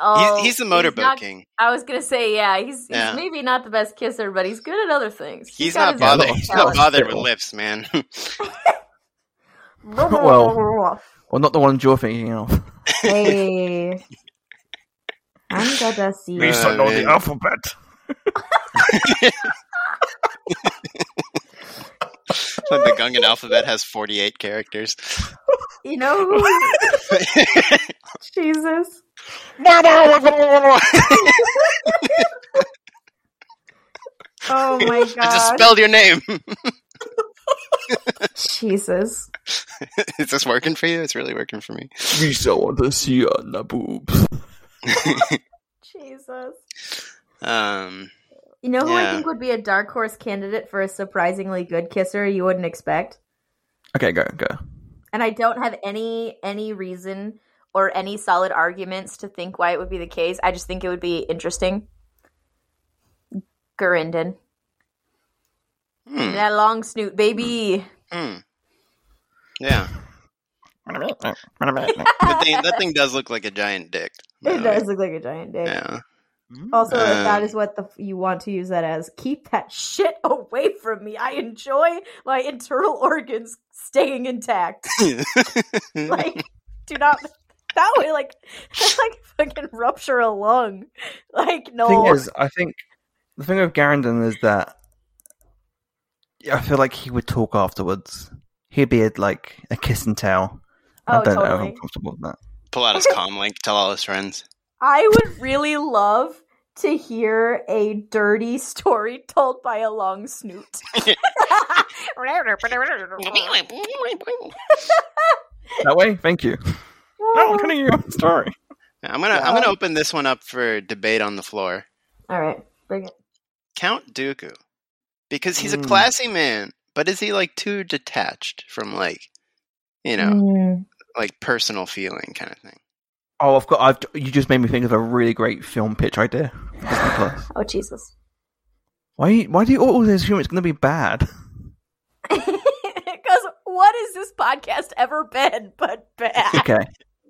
S4: Oh,
S3: he's, he's the motorboat
S4: not-
S3: king.
S4: I was gonna say, yeah, he's, he's
S3: Yeah.
S4: maybe not the best kisser, but he's good at other things.
S3: He's
S4: got
S3: not
S4: his own
S3: bothered.
S2: own
S3: He's not
S4: talent.
S3: bothered with
S2: Terrible.
S3: lips, man.
S2: Well. Well, not the ones you're thinking of.
S5: hey. I'm gonna see.
S3: We- Uh, man.
S2: alphabet.
S3: like the Gungan alphabet has forty-eight characters.
S5: You know who? Jesus.
S3: I
S5: Oh my god.
S3: just spelled your name.
S5: Jesus.
S3: Is this working for you? It's really working for me.
S2: We still want to see your naboobs.
S5: Jesus.
S3: Um,
S5: You know who
S3: Yeah.
S5: I think would be a dark horse candidate for a surprisingly good kisser you wouldn't expect?
S2: Okay, go, go.
S4: and I don't have any any reason or any solid arguments to think why it would be the case. I just think it would be interesting. Gurindon,
S3: hmm,
S4: that long snoot baby.
S3: hmm. Yeah,
S2: That's
S3: that thing, that thing does look like a giant dick.
S5: It does look like a giant dick.
S3: Yeah.
S5: Also, if that
S3: Um,
S5: is what the f- you want to use that as, keep that shit away from me. I enjoy
S4: My internal organs staying intact. Like, do not that way. Like, that's like fucking rupture a lung. Like,
S2: The
S4: no.
S2: thing is, I think the thing with Garandon is that yeah, I feel like he would talk afterwards. He'd be at, like a kiss and tell.
S4: Oh,
S2: I don't know if
S4: totally.
S2: I'm comfortable with that.
S3: Pull out his comm link. Tell all his friends.
S4: I would really love to hear a dirty story told by a long snoot.
S2: That way, thank you.
S4: Oh,
S2: No, Oh, I'm telling you a story.
S3: I'm gonna I'm gonna open this one up for debate on the floor.
S5: All right, bring it.
S3: Count Dooku, because he's a
S2: Mm.
S3: classy man, but is he like too detached from like, you know, like personal feeling kind of thing?
S2: Oh, I've got. I've, you just made me think of a really great film pitch idea. for Disney Plus.
S4: Oh Jesus.
S2: Why? Why do you always assume it's going to be bad?
S4: Because what has this podcast ever been but bad?
S2: Okay.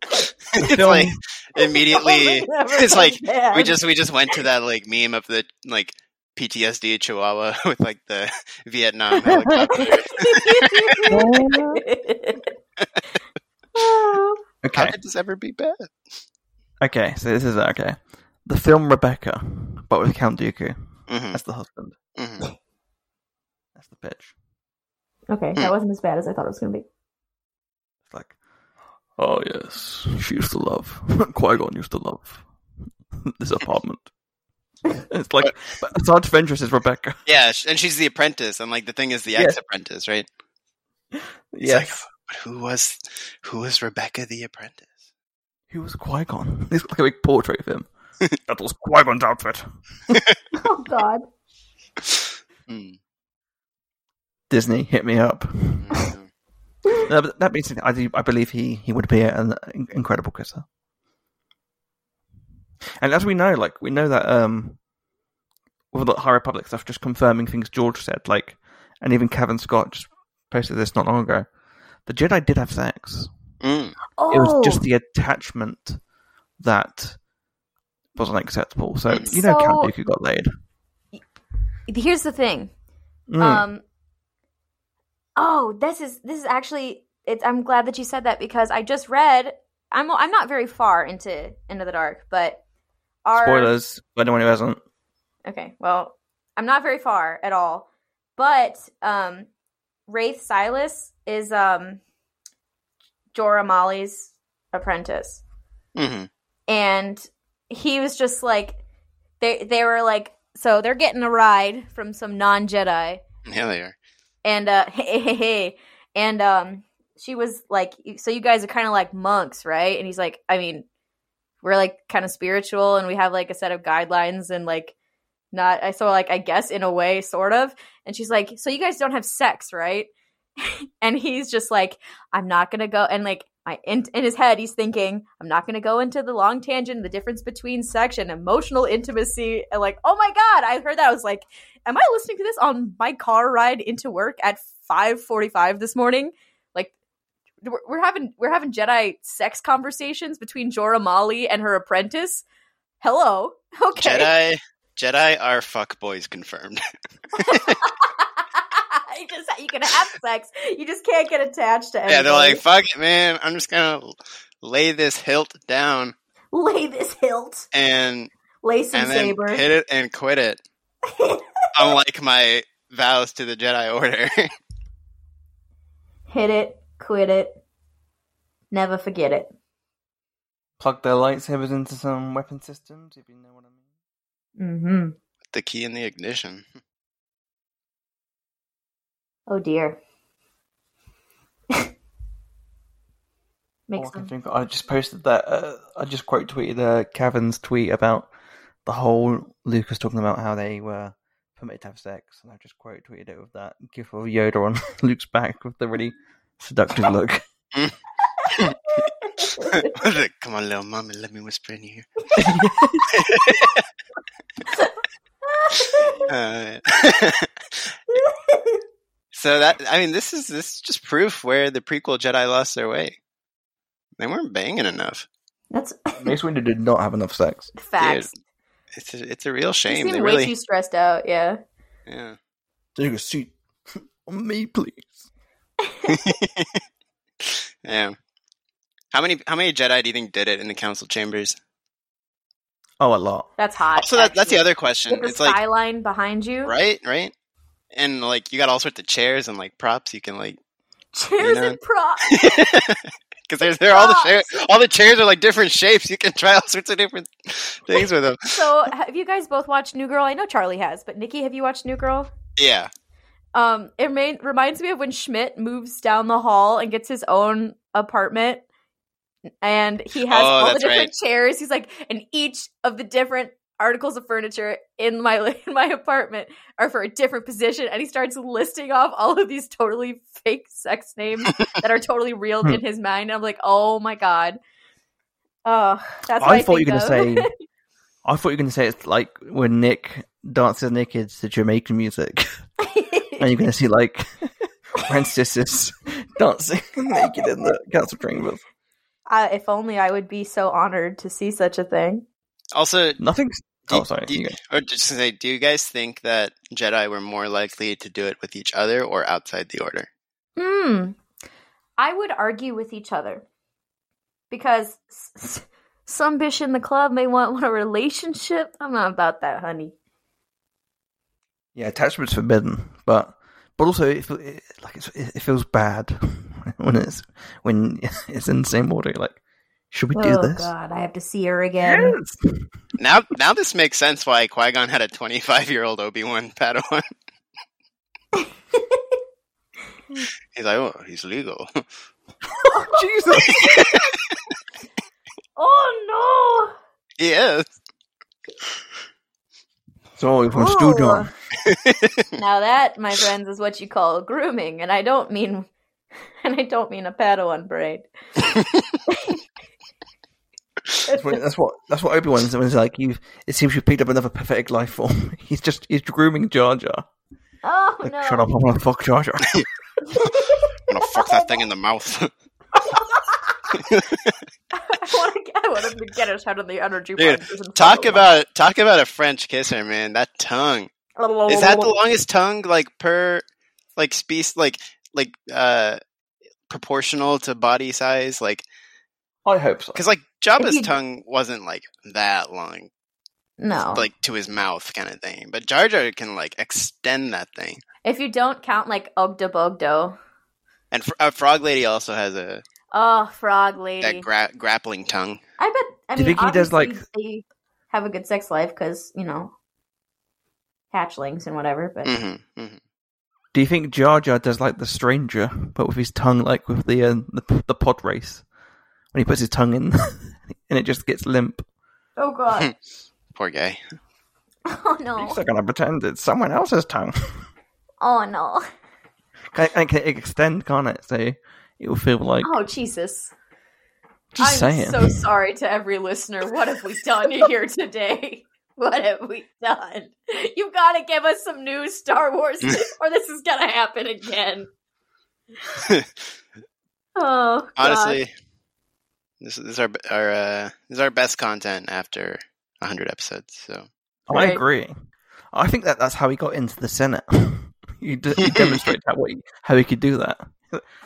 S3: it's
S2: film-
S3: like immediately. Eh, It's like
S5: Yeah.
S3: we just we just went to that like meme of the like PTSD Chihuahua with like the Vietnam helicopter. How
S2: Okay.
S3: could this ever be bad?
S2: Okay. So this is okay. The film Rebecca, but with Count Dooku
S3: hmm
S2: as the husband.
S3: hmm
S2: That's the pitch.
S5: okay,
S3: Hmm.
S5: that wasn't as bad as I thought it was going to be.
S2: It's like, oh yes, she used to love. Qui Gon used to love this apartment. it's like but Asajj Ventress is Rebecca.
S3: Yeah, sh- and she's the apprentice, and like the thing is the
S2: Yeah.
S3: ex-apprentice, right?
S2: Yes.
S3: But who was who was Rebecca the apprentice?
S2: Who was Qui Gon? It's like a big portrait of him. that was Qui Gon's outfit.
S5: Oh God,
S3: Hmm.
S2: Disney hit me up.
S3: Mm-hmm.
S2: No, but that means I, do, I believe he, he would be an in- incredible kisser. And as we know, like we know that um, with the High Republic stuff, just confirming things George said, like, and even Kevin Scott just posted this not long ago. The Jedi did have sex.
S3: Mm.
S5: oh,
S2: It was just the attachment that wasn't acceptable. So you know, Count
S4: So-
S2: Dooku got laid.
S4: Here's the thing.
S2: Mm.
S4: Um. Oh, this is this is actually. It's, I'm glad that you said that because I just read. I'm I'm not very far into into the dark, but our
S2: Spoilers for anyone who hasn't.
S4: Okay, well, I'm not very far at all, but um, Wraith Silas is um Jorah Molly's apprentice.
S3: hmm
S4: and he was just like they they were like so they're getting a ride from some non-jedi
S3: Here they are.
S4: and uh hey hey hey and um she was like so you guys are kind of like monks right and he's like i mean we're like kind of spiritual and we have like a set of guidelines and like not i so like i guess in a way sort of and she's like so you guys don't have sex right and he's just like i'm not gonna go and like my in, in his head he's thinking i'm not gonna go into the long tangent the difference between sex and emotional intimacy and like oh my god i heard that i was like am I listening to this on my car ride into work at 5:45 this morning? Like we're, we're having we're having Jedi sex conversations between Jorah Mali and her apprentice. Hello. Okay.
S3: Jedi Jedi are fuck boys confirmed.
S4: you just you can have sex. You just can't get attached to
S3: yeah,
S4: anything.
S3: they're like, fuck it, man. I'm just gonna lay this hilt down
S4: lay this hilt,
S3: and
S4: lay some
S3: and then
S4: saber.
S3: hit it and quit it. Unlike my vows to the Jedi Order.
S4: Hit it, quit it. Never forget it.
S2: Plug their lightsabers into some weapon systems, if you know what I mean.
S4: Mhm.
S3: the key in the ignition.
S4: Oh dear.
S2: All
S4: Makes
S2: I, can
S4: sense.
S2: think of- I just posted that. Uh, I just quote tweeted uh, Kevin's tweet about the whole Lucas talking about how they were permitted to have sex, and I just quote tweeted it with that gif of Yoda on Luke's back with the really seductive look.
S3: Like, Come on, little mommy, let me whisper in your ear. Uh, so that I mean, this is this is just proof where the prequel Jedi lost their way. They weren't banging enough.
S4: That's
S2: Mace Windu did not have enough sex.
S4: facts.
S3: It's a, it's a real
S4: They
S3: shame.
S4: seem
S3: They
S4: way
S3: really,
S4: too stressed out. Yeah.
S3: yeah.
S2: Take a seat on me, please.
S3: yeah. How many how many Jedi do you think did it in the council chambers?
S2: Oh, a lot.
S4: That's hot.
S3: Also, that, that's the
S4: actually.
S3: other question.
S4: With the
S3: It's like
S4: skyline behind you,
S3: right, right, and like you got all sorts of chairs and like props you can like
S4: chairs
S3: You know.
S4: and props.
S3: because they're, they're all the chair,
S4: Props.
S3: all the chairs are like different shapes. You can try all sorts of different things with them.
S4: So, have you guys both watched New Girl? I know Charlie has, but Nikki, have you watched New Girl?
S3: Yeah,
S4: Um, it remain- reminds me of when Schmidt moves down the hall and gets his own apartment, and he has
S3: Oh,
S4: all the
S3: that's
S4: different chairs. He's like, and each of the different articles of furniture in my in my apartment are for a different position, and he starts listing off all of these totally fake sex names that are totally real
S2: Hmm.
S4: in his mind. I'm like, oh my god. Oh, that's what I,
S2: I thought you were
S4: think
S2: going to
S4: of.
S2: say. I thought you were going to say it's like when Nick dances naked to Jamaican music. and you're going to see like Francis dancing naked in the council chambers.
S4: Uh, if only I would be so honored to see such a thing.
S3: also,
S2: Nothing.
S3: Do-
S2: Oh, sorry.
S3: do-
S2: you go.
S3: or just to say, do you guys think that Jedi were more likely to do it with each other or outside the Order?
S4: Hmm. I would argue with each other because s- s- some bitch in the club may want, want a relationship. I'm not about that, honey.
S2: Yeah, attachment's forbidden, but but also it, feel- it like it's, it, it feels bad when it's when it's in the same order. You're Like, should we do
S4: oh
S2: this?
S4: God, I have to see her again.
S2: Yes.
S3: Now, now this makes sense why Qui Gon had a twenty-five-year-old Obi Wan Padawan. he's like, oh, he's legal.
S2: Jesus.
S4: Oh
S3: he is.
S2: So if I'm
S4: Oh.
S2: still John,
S4: no! now that, my friends, is what you call grooming, and I don't mean, and I don't mean a Padawan braid.
S2: that's what that's what, that's what Obi Wan is when he's like, you. It seems you picked up another pathetic life form. He's just he's grooming Jar Jar.
S4: Oh
S2: Like,
S4: no!
S2: shut up! I want to fuck Jar Jar.
S3: I'm gonna fuck that thing in the mouth.
S4: I want to get, I want him to get us out of the energy.
S3: Dude,
S4: bars and
S3: Talk
S4: fuck
S3: about talk about a French kisser, man. That tongue
S4: him.
S3: is that the longest tongue, like per, like species, like like uh proportional to body size, like
S2: I hope so.
S3: because like Jabba's
S4: you-
S3: tongue wasn't like that long,
S4: No,
S3: like to his mouth kind of thing. But Jar Jar can like extend that thing,
S4: if you don't count like Ogda Bogdo.
S3: and fr- uh, Frog Lady also has a
S4: Oh, frog lady.
S3: That gra- grappling tongue.
S5: I bet. I
S2: Do you
S5: mean,
S2: think he does,
S5: obviously
S2: like-
S5: they have a good sex life because you know hatchlings and whatever. But
S3: Mm-hmm,
S2: Do you think Jar Jar does like the stranger, but with his tongue, like with the uh, the, the pod race, when he puts his tongue in, and it just gets limp?
S5: oh god,
S3: Poor guy.
S4: Oh no.
S2: He's not gonna pretend it's someone else's tongue.
S4: Oh no.
S2: Can- and can it extend, can't it? So it will feel like
S4: Oh Jesus.
S2: just
S4: I'm
S2: saying.
S4: so sorry to every listener. What have we done here today? What have we done? You've got to give us some new Star Wars, or this is gonna happen again. Oh, God.
S3: Honestly, this, is- this is our b- our uh, this is our best content after 100 episodes. So
S2: I
S4: Right.
S2: agree. I think that that's how he got into the Senate. he, de- he demonstrated how he, how he could do that.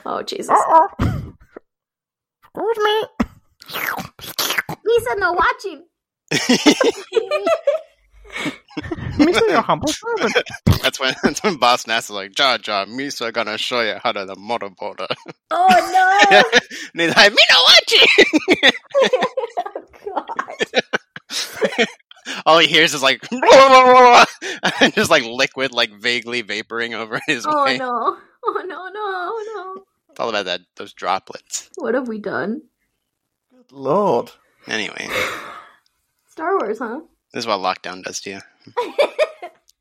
S4: Oh Jesus.
S5: Uh-uh.
S2: Uh-oh. Excuse me.
S4: Lisa, no watching.
S2: Mr. Your humble servant.
S3: that's when that's when Boss Nass is like, Jar Jar, Misa gonna show you how to the motorboarder.
S4: Oh
S3: and he's like, Me no watching.
S4: no. God.
S3: All he hears is like, and just like liquid, like vaguely vaporing over his
S4: Oh
S3: way.
S4: no. Oh no, no, no.
S3: It's all about that those droplets.
S4: What have we done?
S2: Lord.
S3: Anyway,
S4: Star Wars, huh?
S3: this is what lockdown does to you.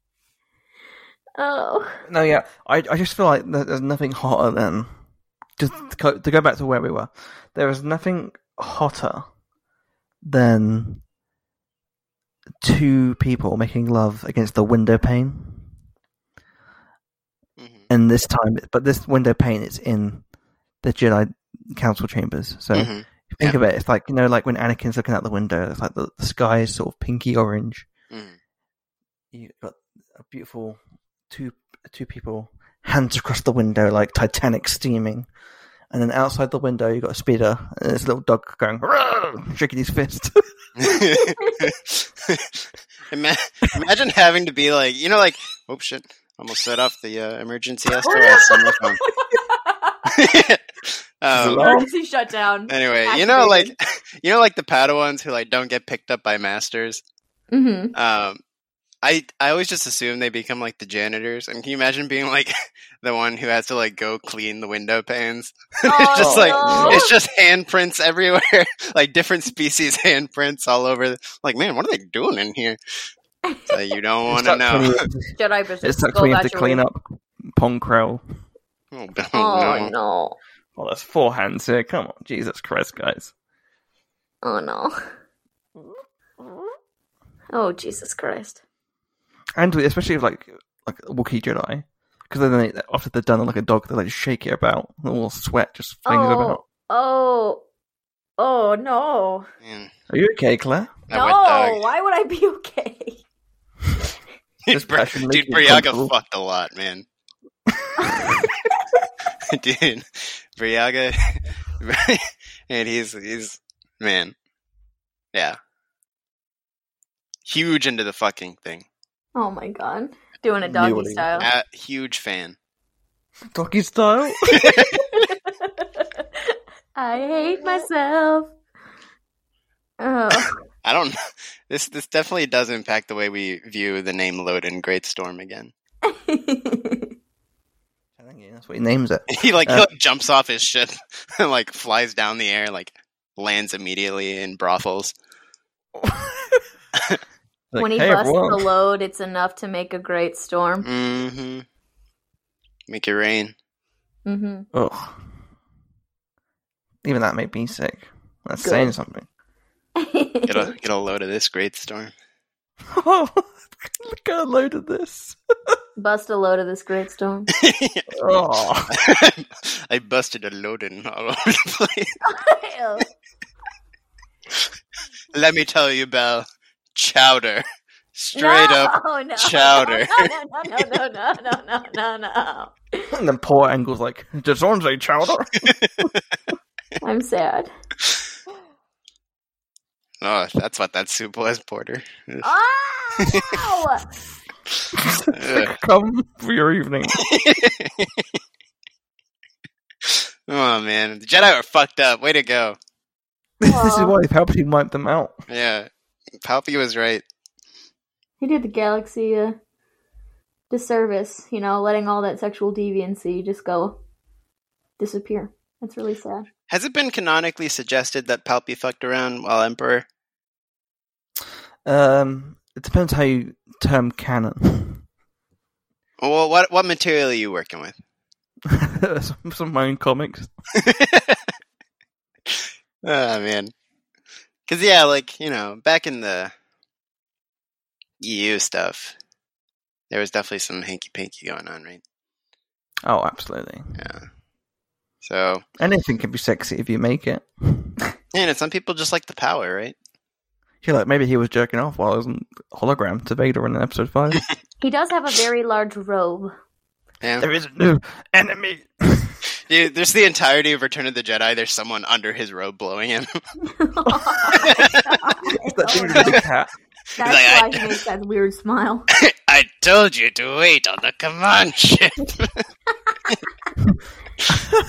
S4: Oh.
S2: No, yeah. I, I just feel like there- there's nothing hotter than. Just to go, to go back to where we were, there is nothing hotter than two people making love against the window pane.
S3: Mm-hmm.
S2: And this time, but this window pane is in the Jedi Council chambers.
S3: Mm-hmm.
S2: So think
S3: Yeah.
S2: of it, it's like you know, like when Anakin's looking out the window, it's like the, the sky is sort of pinky orange.
S3: Mhm.
S2: You've got a beautiful two two people hands across the window like Titanic steaming, and then outside the window you've got a speeder and this little dog going "Roar," shaking his fist.
S3: Mm-hmm. Ima- Imagine having to be like, you know, like, oh shit, almost set off the uh, emergency
S4: Oh,
S3: SOS on my phone. um,
S4: Emergency shutdown.
S3: anyway, you know, like, you know, like the Padawans who like don't get picked up by masters.
S4: Mm-hmm.
S3: Um, I I always just assume they become like the janitors. And can you imagine being like the one who has to like go clean the window panes?
S4: Oh,
S3: it's just like
S4: no.
S3: it's just handprints everywhere, like different species handprints all over. Like, man, what are they doing in here? So you don't want to
S2: It's like when
S3: know.
S2: you-
S4: Jedi business.
S2: It's like
S4: Go
S2: when you have to
S4: about your
S2: clean
S4: way.
S2: up Pong Krell.
S3: Oh,
S4: Oh
S3: no.
S4: no.
S2: Well, that's Oh, four hands here. Come on, Jesus Christ, guys.
S4: Oh no. Oh Jesus Christ.
S2: and with- especially with like like Wookiee Jedi, because then they, after they're done like a dog, they like shake it about, and all the sweat just flings
S4: oh.
S2: about.
S4: Oh. Oh no.
S3: Man,
S2: Are you okay, Claire?
S3: that
S4: no.
S3: wet dog.
S4: Why would I be okay?
S2: Just
S3: Bri-
S2: passion
S3: Dude,
S2: making it
S3: Briaga
S2: comfortable.
S3: fucked a lot, man. Dude, Briaga, and he's he's man, yeah, huge into the fucking thing.
S4: Oh my god. Doing a
S2: Knew
S4: doggy
S2: what he-
S4: style.
S3: A huge fan.
S2: Doggy style.
S4: I hate myself. Oh.
S3: I don't. This this definitely does impact the way we view the name load in Great Storm again.
S2: I think, yeah, that's what he names it.
S3: He like, he,
S2: Uh.
S3: like jumps off his ship and like flies down the air, like lands immediately in brothels.
S2: Like,
S4: when he
S2: hey,
S4: busts
S2: everyone.
S4: the load, it's enough to make a great storm.
S3: hmm Make it rain.
S4: Mm-hmm.
S2: Ugh. Even that made me sick. That's
S4: Good.
S2: saying something.
S4: Mm-hmm.
S3: Get a get a load of this great storm.
S2: Oh, look at a load of this.
S4: Bust a load of this great storm.
S2: Oh,
S3: I busted a load in all over the place. Let me tell you, Belle, chowder, straight
S4: no,
S3: up.
S4: no,
S3: chowder.
S4: No, no, no, no, no, no, no, no, no.
S2: and then poor Angle's like, "Does orange say chowder?"
S4: I'm sad.
S3: Oh, that's what that soup was, Porter.
S4: Oh,
S3: Ugh.
S2: Come for your evening.
S3: Oh man, the Jedi are fucked up. Way to go.
S2: this is
S5: Aw.
S2: why Palpatine wiped them out.
S3: Yeah, Palpy was right.
S5: He did the galaxy a disservice, you know, letting all that sexual deviancy just go disappear. That's really sad.
S3: Has it been canonically suggested that Palpy fucked around while Emperor?
S2: Um, it depends how you term canon.
S3: Well, what what material are you working with?
S2: some, some of my own comics.
S3: Oh man, because yeah, like you know, back in the EU stuff, there was definitely some hanky panky going on, right?
S2: Oh, absolutely.
S3: Yeah. So,
S2: Anything can be sexy if you make it.
S3: and some people just like the power, right?
S2: You're like, maybe he was jerking off while I was on hologram to Vader in episode 5.
S5: He does have a very large robe.
S3: Yeah.
S2: there is no enemy.
S3: Dude, there's the entirety of Return of the Jedi. There's someone under his robe blowing him.
S2: That thing with the cat.
S5: That's
S3: Like, I-
S5: why he makes that weird smile.
S3: I told you to wait on the
S2: Oh,
S3: command ship.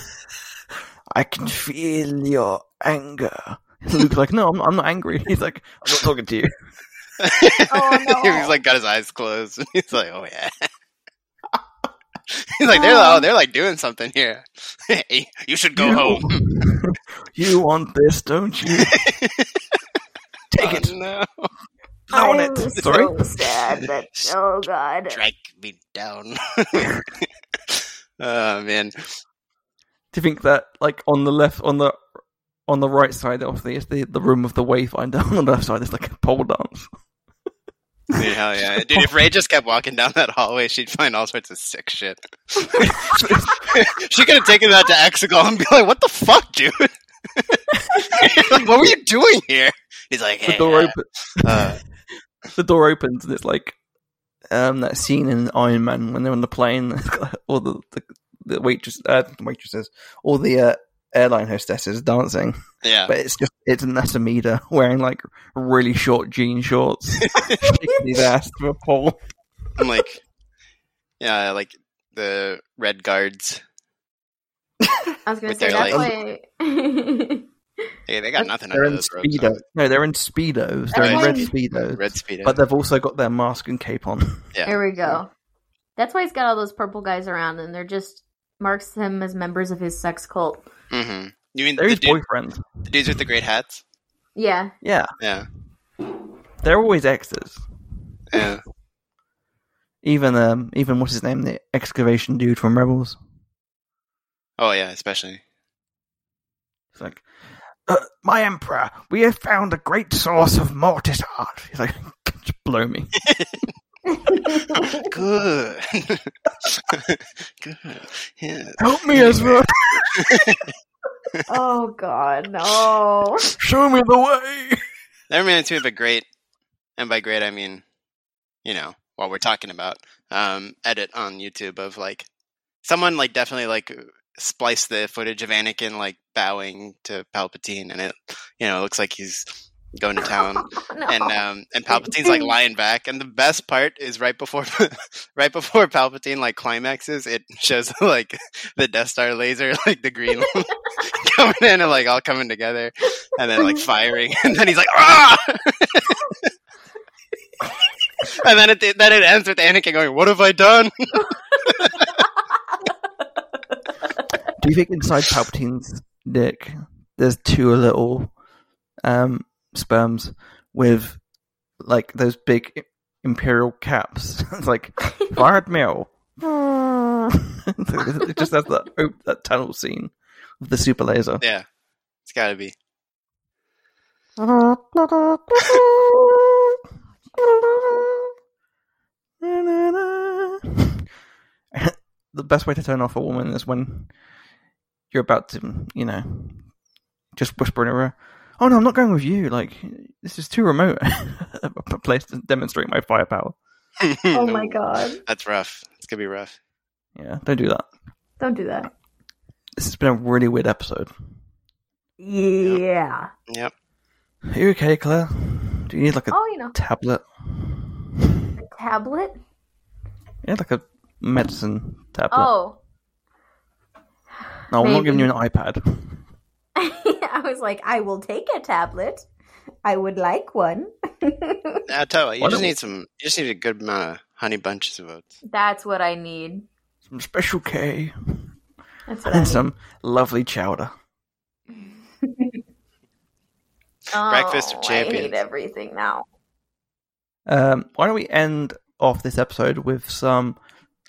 S2: I can feel your anger. Luke's like, no, I'm, I'm not angry. He's like, I'm not talking to you.
S5: Oh, no.
S3: he's like got his eyes closed. He's like, oh yeah. He's like, they're oh, they're like doing something here. Hey, you should go
S2: You-
S3: home.
S2: You want this, don't you? Take it.
S3: Oh, no.
S2: I want
S5: I'm
S2: it. Sorry.
S5: so sad that oh god.
S3: Strike me down. oh man.
S2: Do you think that, like, on the left, on the on the right side of the, is the the room of the wayfinder, on the left side is like a pole dance.
S3: Dude, hell yeah. Dude, if Ray just kept walking down that hallway, she'd find all sorts of sick shit. she could have taken that to Exegol and be like, what the fuck, dude? like, what were you doing here? He's like,
S2: The
S3: hey,
S2: door
S3: uh,
S2: opens.
S3: uh,
S2: The door opens, and it's like um that scene in Iron Man when they're on the plane, all the the, the waitress, uh, waitresses, all the uh, airline hostesses dancing.
S3: yeah.
S2: but it's just it's Nasamida wearing like really short jean shorts, shaking his ass to a pole.
S3: I'm like, yeah, like the red guards.
S5: I was gonna
S3: But
S5: say
S3: they're
S5: that's why
S3: Hey, they got nothing
S2: They're
S3: under
S2: in
S3: those robes.
S2: speedos. No, they're in speedos. They're in
S5: That's
S2: red
S5: why-
S2: speedos,
S3: Red speedo.
S2: but they've also got their mask and cape on.
S3: yeah.
S5: There we go. That's why he's got all those purple guys around and they're just marks them as members of his sex cult.
S3: hmm You mean
S2: They're
S3: the,
S2: his
S3: dude,
S2: boyfriend.
S3: the dudes with the great hats?
S5: Yeah.
S2: Yeah,
S3: Yeah.
S2: they're always exes.
S3: Yeah.
S2: Even um, even what's his name, the excavation dude from Rebels.
S3: Oh, yeah, especially.
S2: He's like, uh, my emperor, we have found a great source of mortis art. He's like, just blow me.
S3: Good. Good. Yeah.
S2: Help me, Ezra.
S5: Oh god, no.
S2: Show me the way.
S3: That reminds me of a great, and by great I mean, you know, what we're talking about, um, edit on YouTube of like someone like definitely like spliced the footage of Anakin like bowing to Palpatine, and it you know looks like he's going to town,
S5: No.
S3: and um, and Palpatine's like lying back, and the best part is right before right before Palpatine like climaxes, it shows like the Death Star laser, like the green one, coming in and like all coming together, and then like firing, and then he's like ah. And then it then it ends with Anakin going, "What have I done?"
S2: Do you think inside Palpatine's dick there's two little um, sperms with like those big i- imperial caps? it's like fired male. it just has that oh, that tunnel scene with the super laser.
S3: Yeah, it's got to be.
S2: Uh-huh. the best way to turn off a woman is when you're about to, you know, just whisper in her ear, "Oh no, I'm not going with you. Like this is too remote a place to demonstrate my firepower."
S5: oh my god.
S3: that's rough. It's gonna be rough.
S2: Yeah, don't do that.
S5: Don't do that.
S2: This has been a really weird episode.
S5: Yeah.
S3: Yep.
S2: Are you okay, Claire? Do you need like a
S5: Oh, you know,
S2: tablet?
S5: tablet?
S2: Yeah, like a medicine tablet.
S5: Oh.
S2: No, I'm not giving you
S4: Oh, Maybe.
S2: an iPad.
S5: I was like, I will take a tablet. I would like one.
S3: I tell you, what, Uh, you
S2: Why
S3: just
S2: don't-
S3: need some. You just need a good amount of honey bunches of oats.
S4: That's what I need.
S2: Some special K
S4: That's what I
S2: and
S4: need.
S2: some lovely chowder.
S3: Breakfast of
S4: Oh, I
S3: champions.
S4: hate everything now.
S2: Um, why don't we end off this episode with some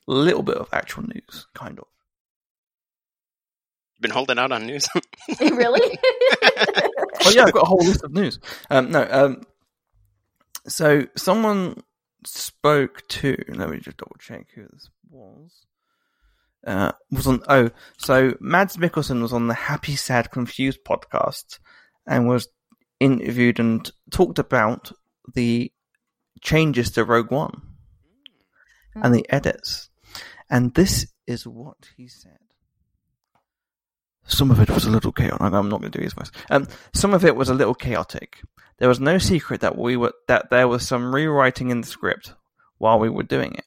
S2: little bit of actual news, kind of.
S3: You've been holding out on news.
S4: really?
S2: Oh yeah, I've got a whole list of news. Um, no, um, so someone spoke to. Let me just double check who this was. Uh, was on. Oh, so Mads Mikkelsen was on the Happy, Sad, Confused podcast and was interviewed and talked about the changes to Rogue One and the edits. And this is what he said. Some of it was a little chaotic. I'm not going to do his voice. Um, some of it was a little chaotic. There was no secret that we were that there was some rewriting in the script while we were doing it.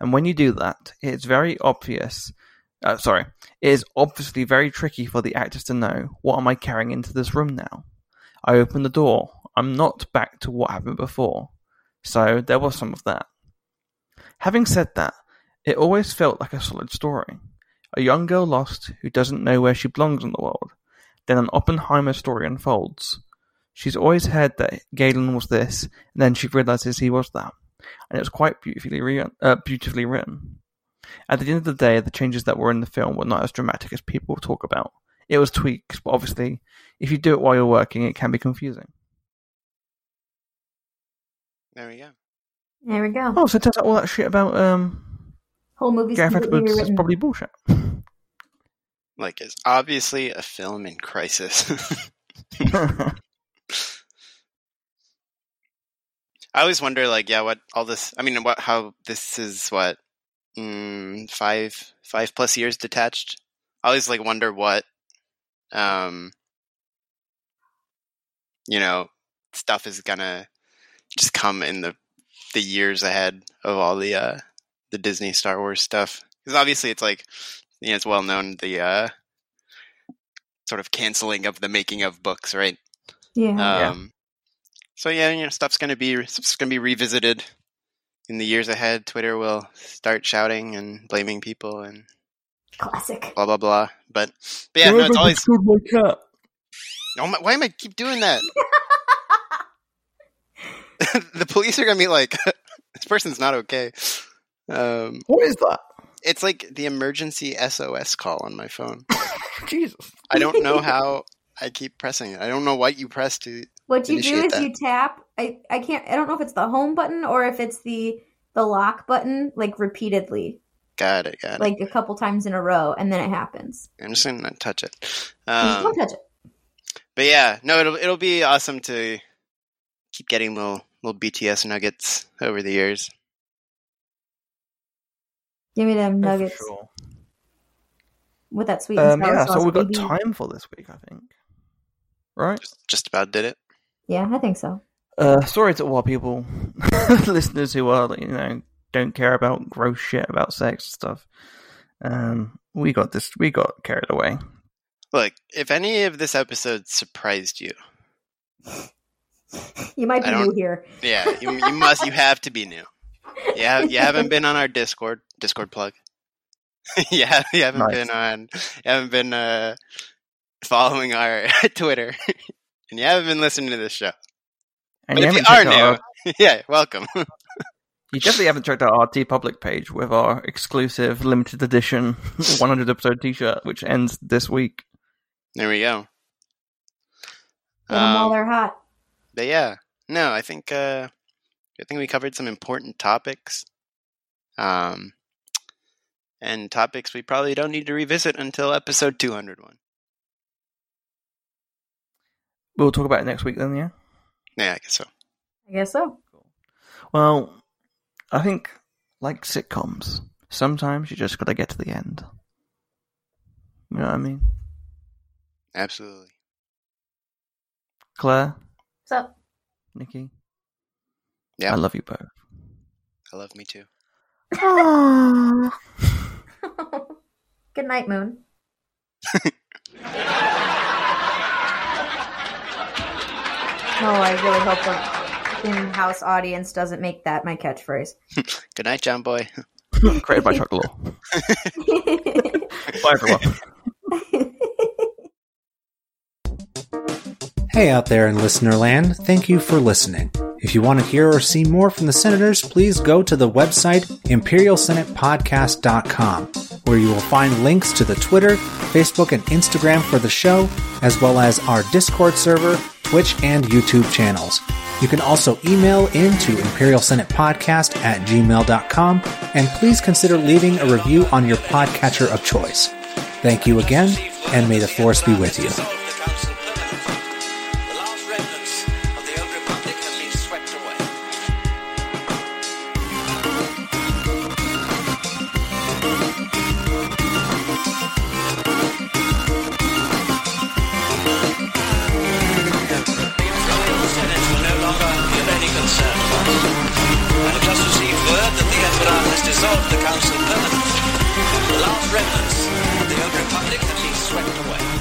S2: And when you do that, it's very obvious. Uh, sorry, it is obviously very tricky for the actors to know what am I carrying into this room now. I open the door. I'm not back to what happened before. So there was some of that. Having said that, it always felt like a solid story. A young girl lost who doesn't know where she belongs in the world. Then an Oppenheimer story unfolds. She's always heard that Galen was this, and then she realizes he was that. And it was quite beautifully, re- uh, beautifully written. At the end of the day, the changes that were in the film were not as dramatic as people talk about. It was tweaks, but obviously, if you do it while you're working, it can be confusing.
S3: there we go.
S5: There we go.
S2: Oh, so it turns out all that shit about um,
S5: Whole movie's
S2: Gareth
S5: completely
S2: Edwards is
S5: rewritten.
S2: probably bullshit.
S3: Like it's obviously a film in crisis. I always wonder, like, yeah, what all this? I mean, what? How this is what? Mm, five, five plus years detached. I always like wonder what, um, you know, stuff is gonna just come in the the years ahead of all the uh the Disney Star Wars stuff. Because obviously, it's like you know, it's well known the uh sort of canceling of the making of books, right?
S5: Yeah.
S2: Yeah.
S3: Um, So yeah, you know, stuff's gonna be stuff's gonna be revisited in the years ahead. Twitter will start shouting and blaming people and
S5: Classic.
S3: blah blah blah. But but yeah, no, it's always.
S2: my cat.
S3: Oh my, why am I keep doing that? the police are gonna be like, this person's not okay. Um,
S2: What is that?
S3: it's like the emergency SOS call on my phone.
S2: Jesus.
S3: I don't know how I keep pressing it. I don't know what you press to.
S5: What you do
S3: Initiate
S5: is
S3: that.
S5: you tap. I, I can't. I don't know if it's the home button or if it's the the lock button, like repeatedly,
S3: Got it. Got it.
S5: like a couple times in a row, and then it happens.
S3: I'm just gonna not touch it.
S5: Just
S3: Um,
S5: don't touch it.
S3: But yeah, no, it'll it'll be awesome to keep getting little little BTS nuggets over the years.
S5: Give me them
S2: Oh, for
S5: nuggets
S2: sure.
S5: with that sweet and
S2: Um,
S5: sour
S2: yeah,
S5: sauce.
S2: so we've got
S5: baby.
S2: time for this week, I think. Right?
S3: Just about did it.
S5: Yeah, I think so.
S2: Uh, sorry to all our people, listeners who are, you know, don't care about gross shit about sex and stuff. Um, we got this, we got carried away.
S3: Look, if any of this episode surprised you,
S5: You might be
S3: I don't-
S5: new here.
S3: yeah, you, you must you have to be new. Yeah, you haven't been on our Discord Discord plug. yeah, you haven't
S2: Nice.
S3: been on. You haven't been uh, following our Twitter, and you haven't been listening to this show.
S2: And
S3: But if you
S2: haven't
S3: are
S2: checked out
S3: new,
S2: our,
S3: yeah, welcome.
S2: you definitely haven't checked out our T public page with our exclusive limited edition 100 episode T-shirt, which ends this week.
S3: There we go.
S5: Get them while
S3: Um,
S5: they're hot.
S3: But yeah, no, I think uh, I think we covered some important topics, um, and topics we probably don't need to revisit until episode two hundred one.
S2: We'll talk about it next week then, yeah.
S3: Yeah, I guess so.
S5: I guess so.
S2: Well, I think like sitcoms, sometimes you just got to get to the end. You know what I mean,
S3: Absolutely.
S2: Claire,
S5: So
S2: Nikki?
S3: Yeah.
S2: I love you both.
S3: I love me too.
S5: good night, Moon. Oh, I really hope the in-house audience doesn't make that my catchphrase.
S3: Good night, John Boy.
S2: Created by Chuck Law. Bye everyone.
S6: Hey out there in listener land, thank you for listening. If you want to hear or see more from the senators, please go to the website imperialsenatepodcast.com, where you will find links to the Twitter, Facebook, and Instagram for the show, as well as our Discord server, Twitch, and YouTube channels. You can also email into imperialsenatepodcast at gmail.com, and please consider leaving a review on your podcatcher of choice. Thank you again, and may the force be with you.
S1: The last remnants of the old republic have been swept away. The imperial senate will no longer be of any concern. I have just received word that the emperor has dissolved the council permanently. The last remnants of the old republic have been swept away.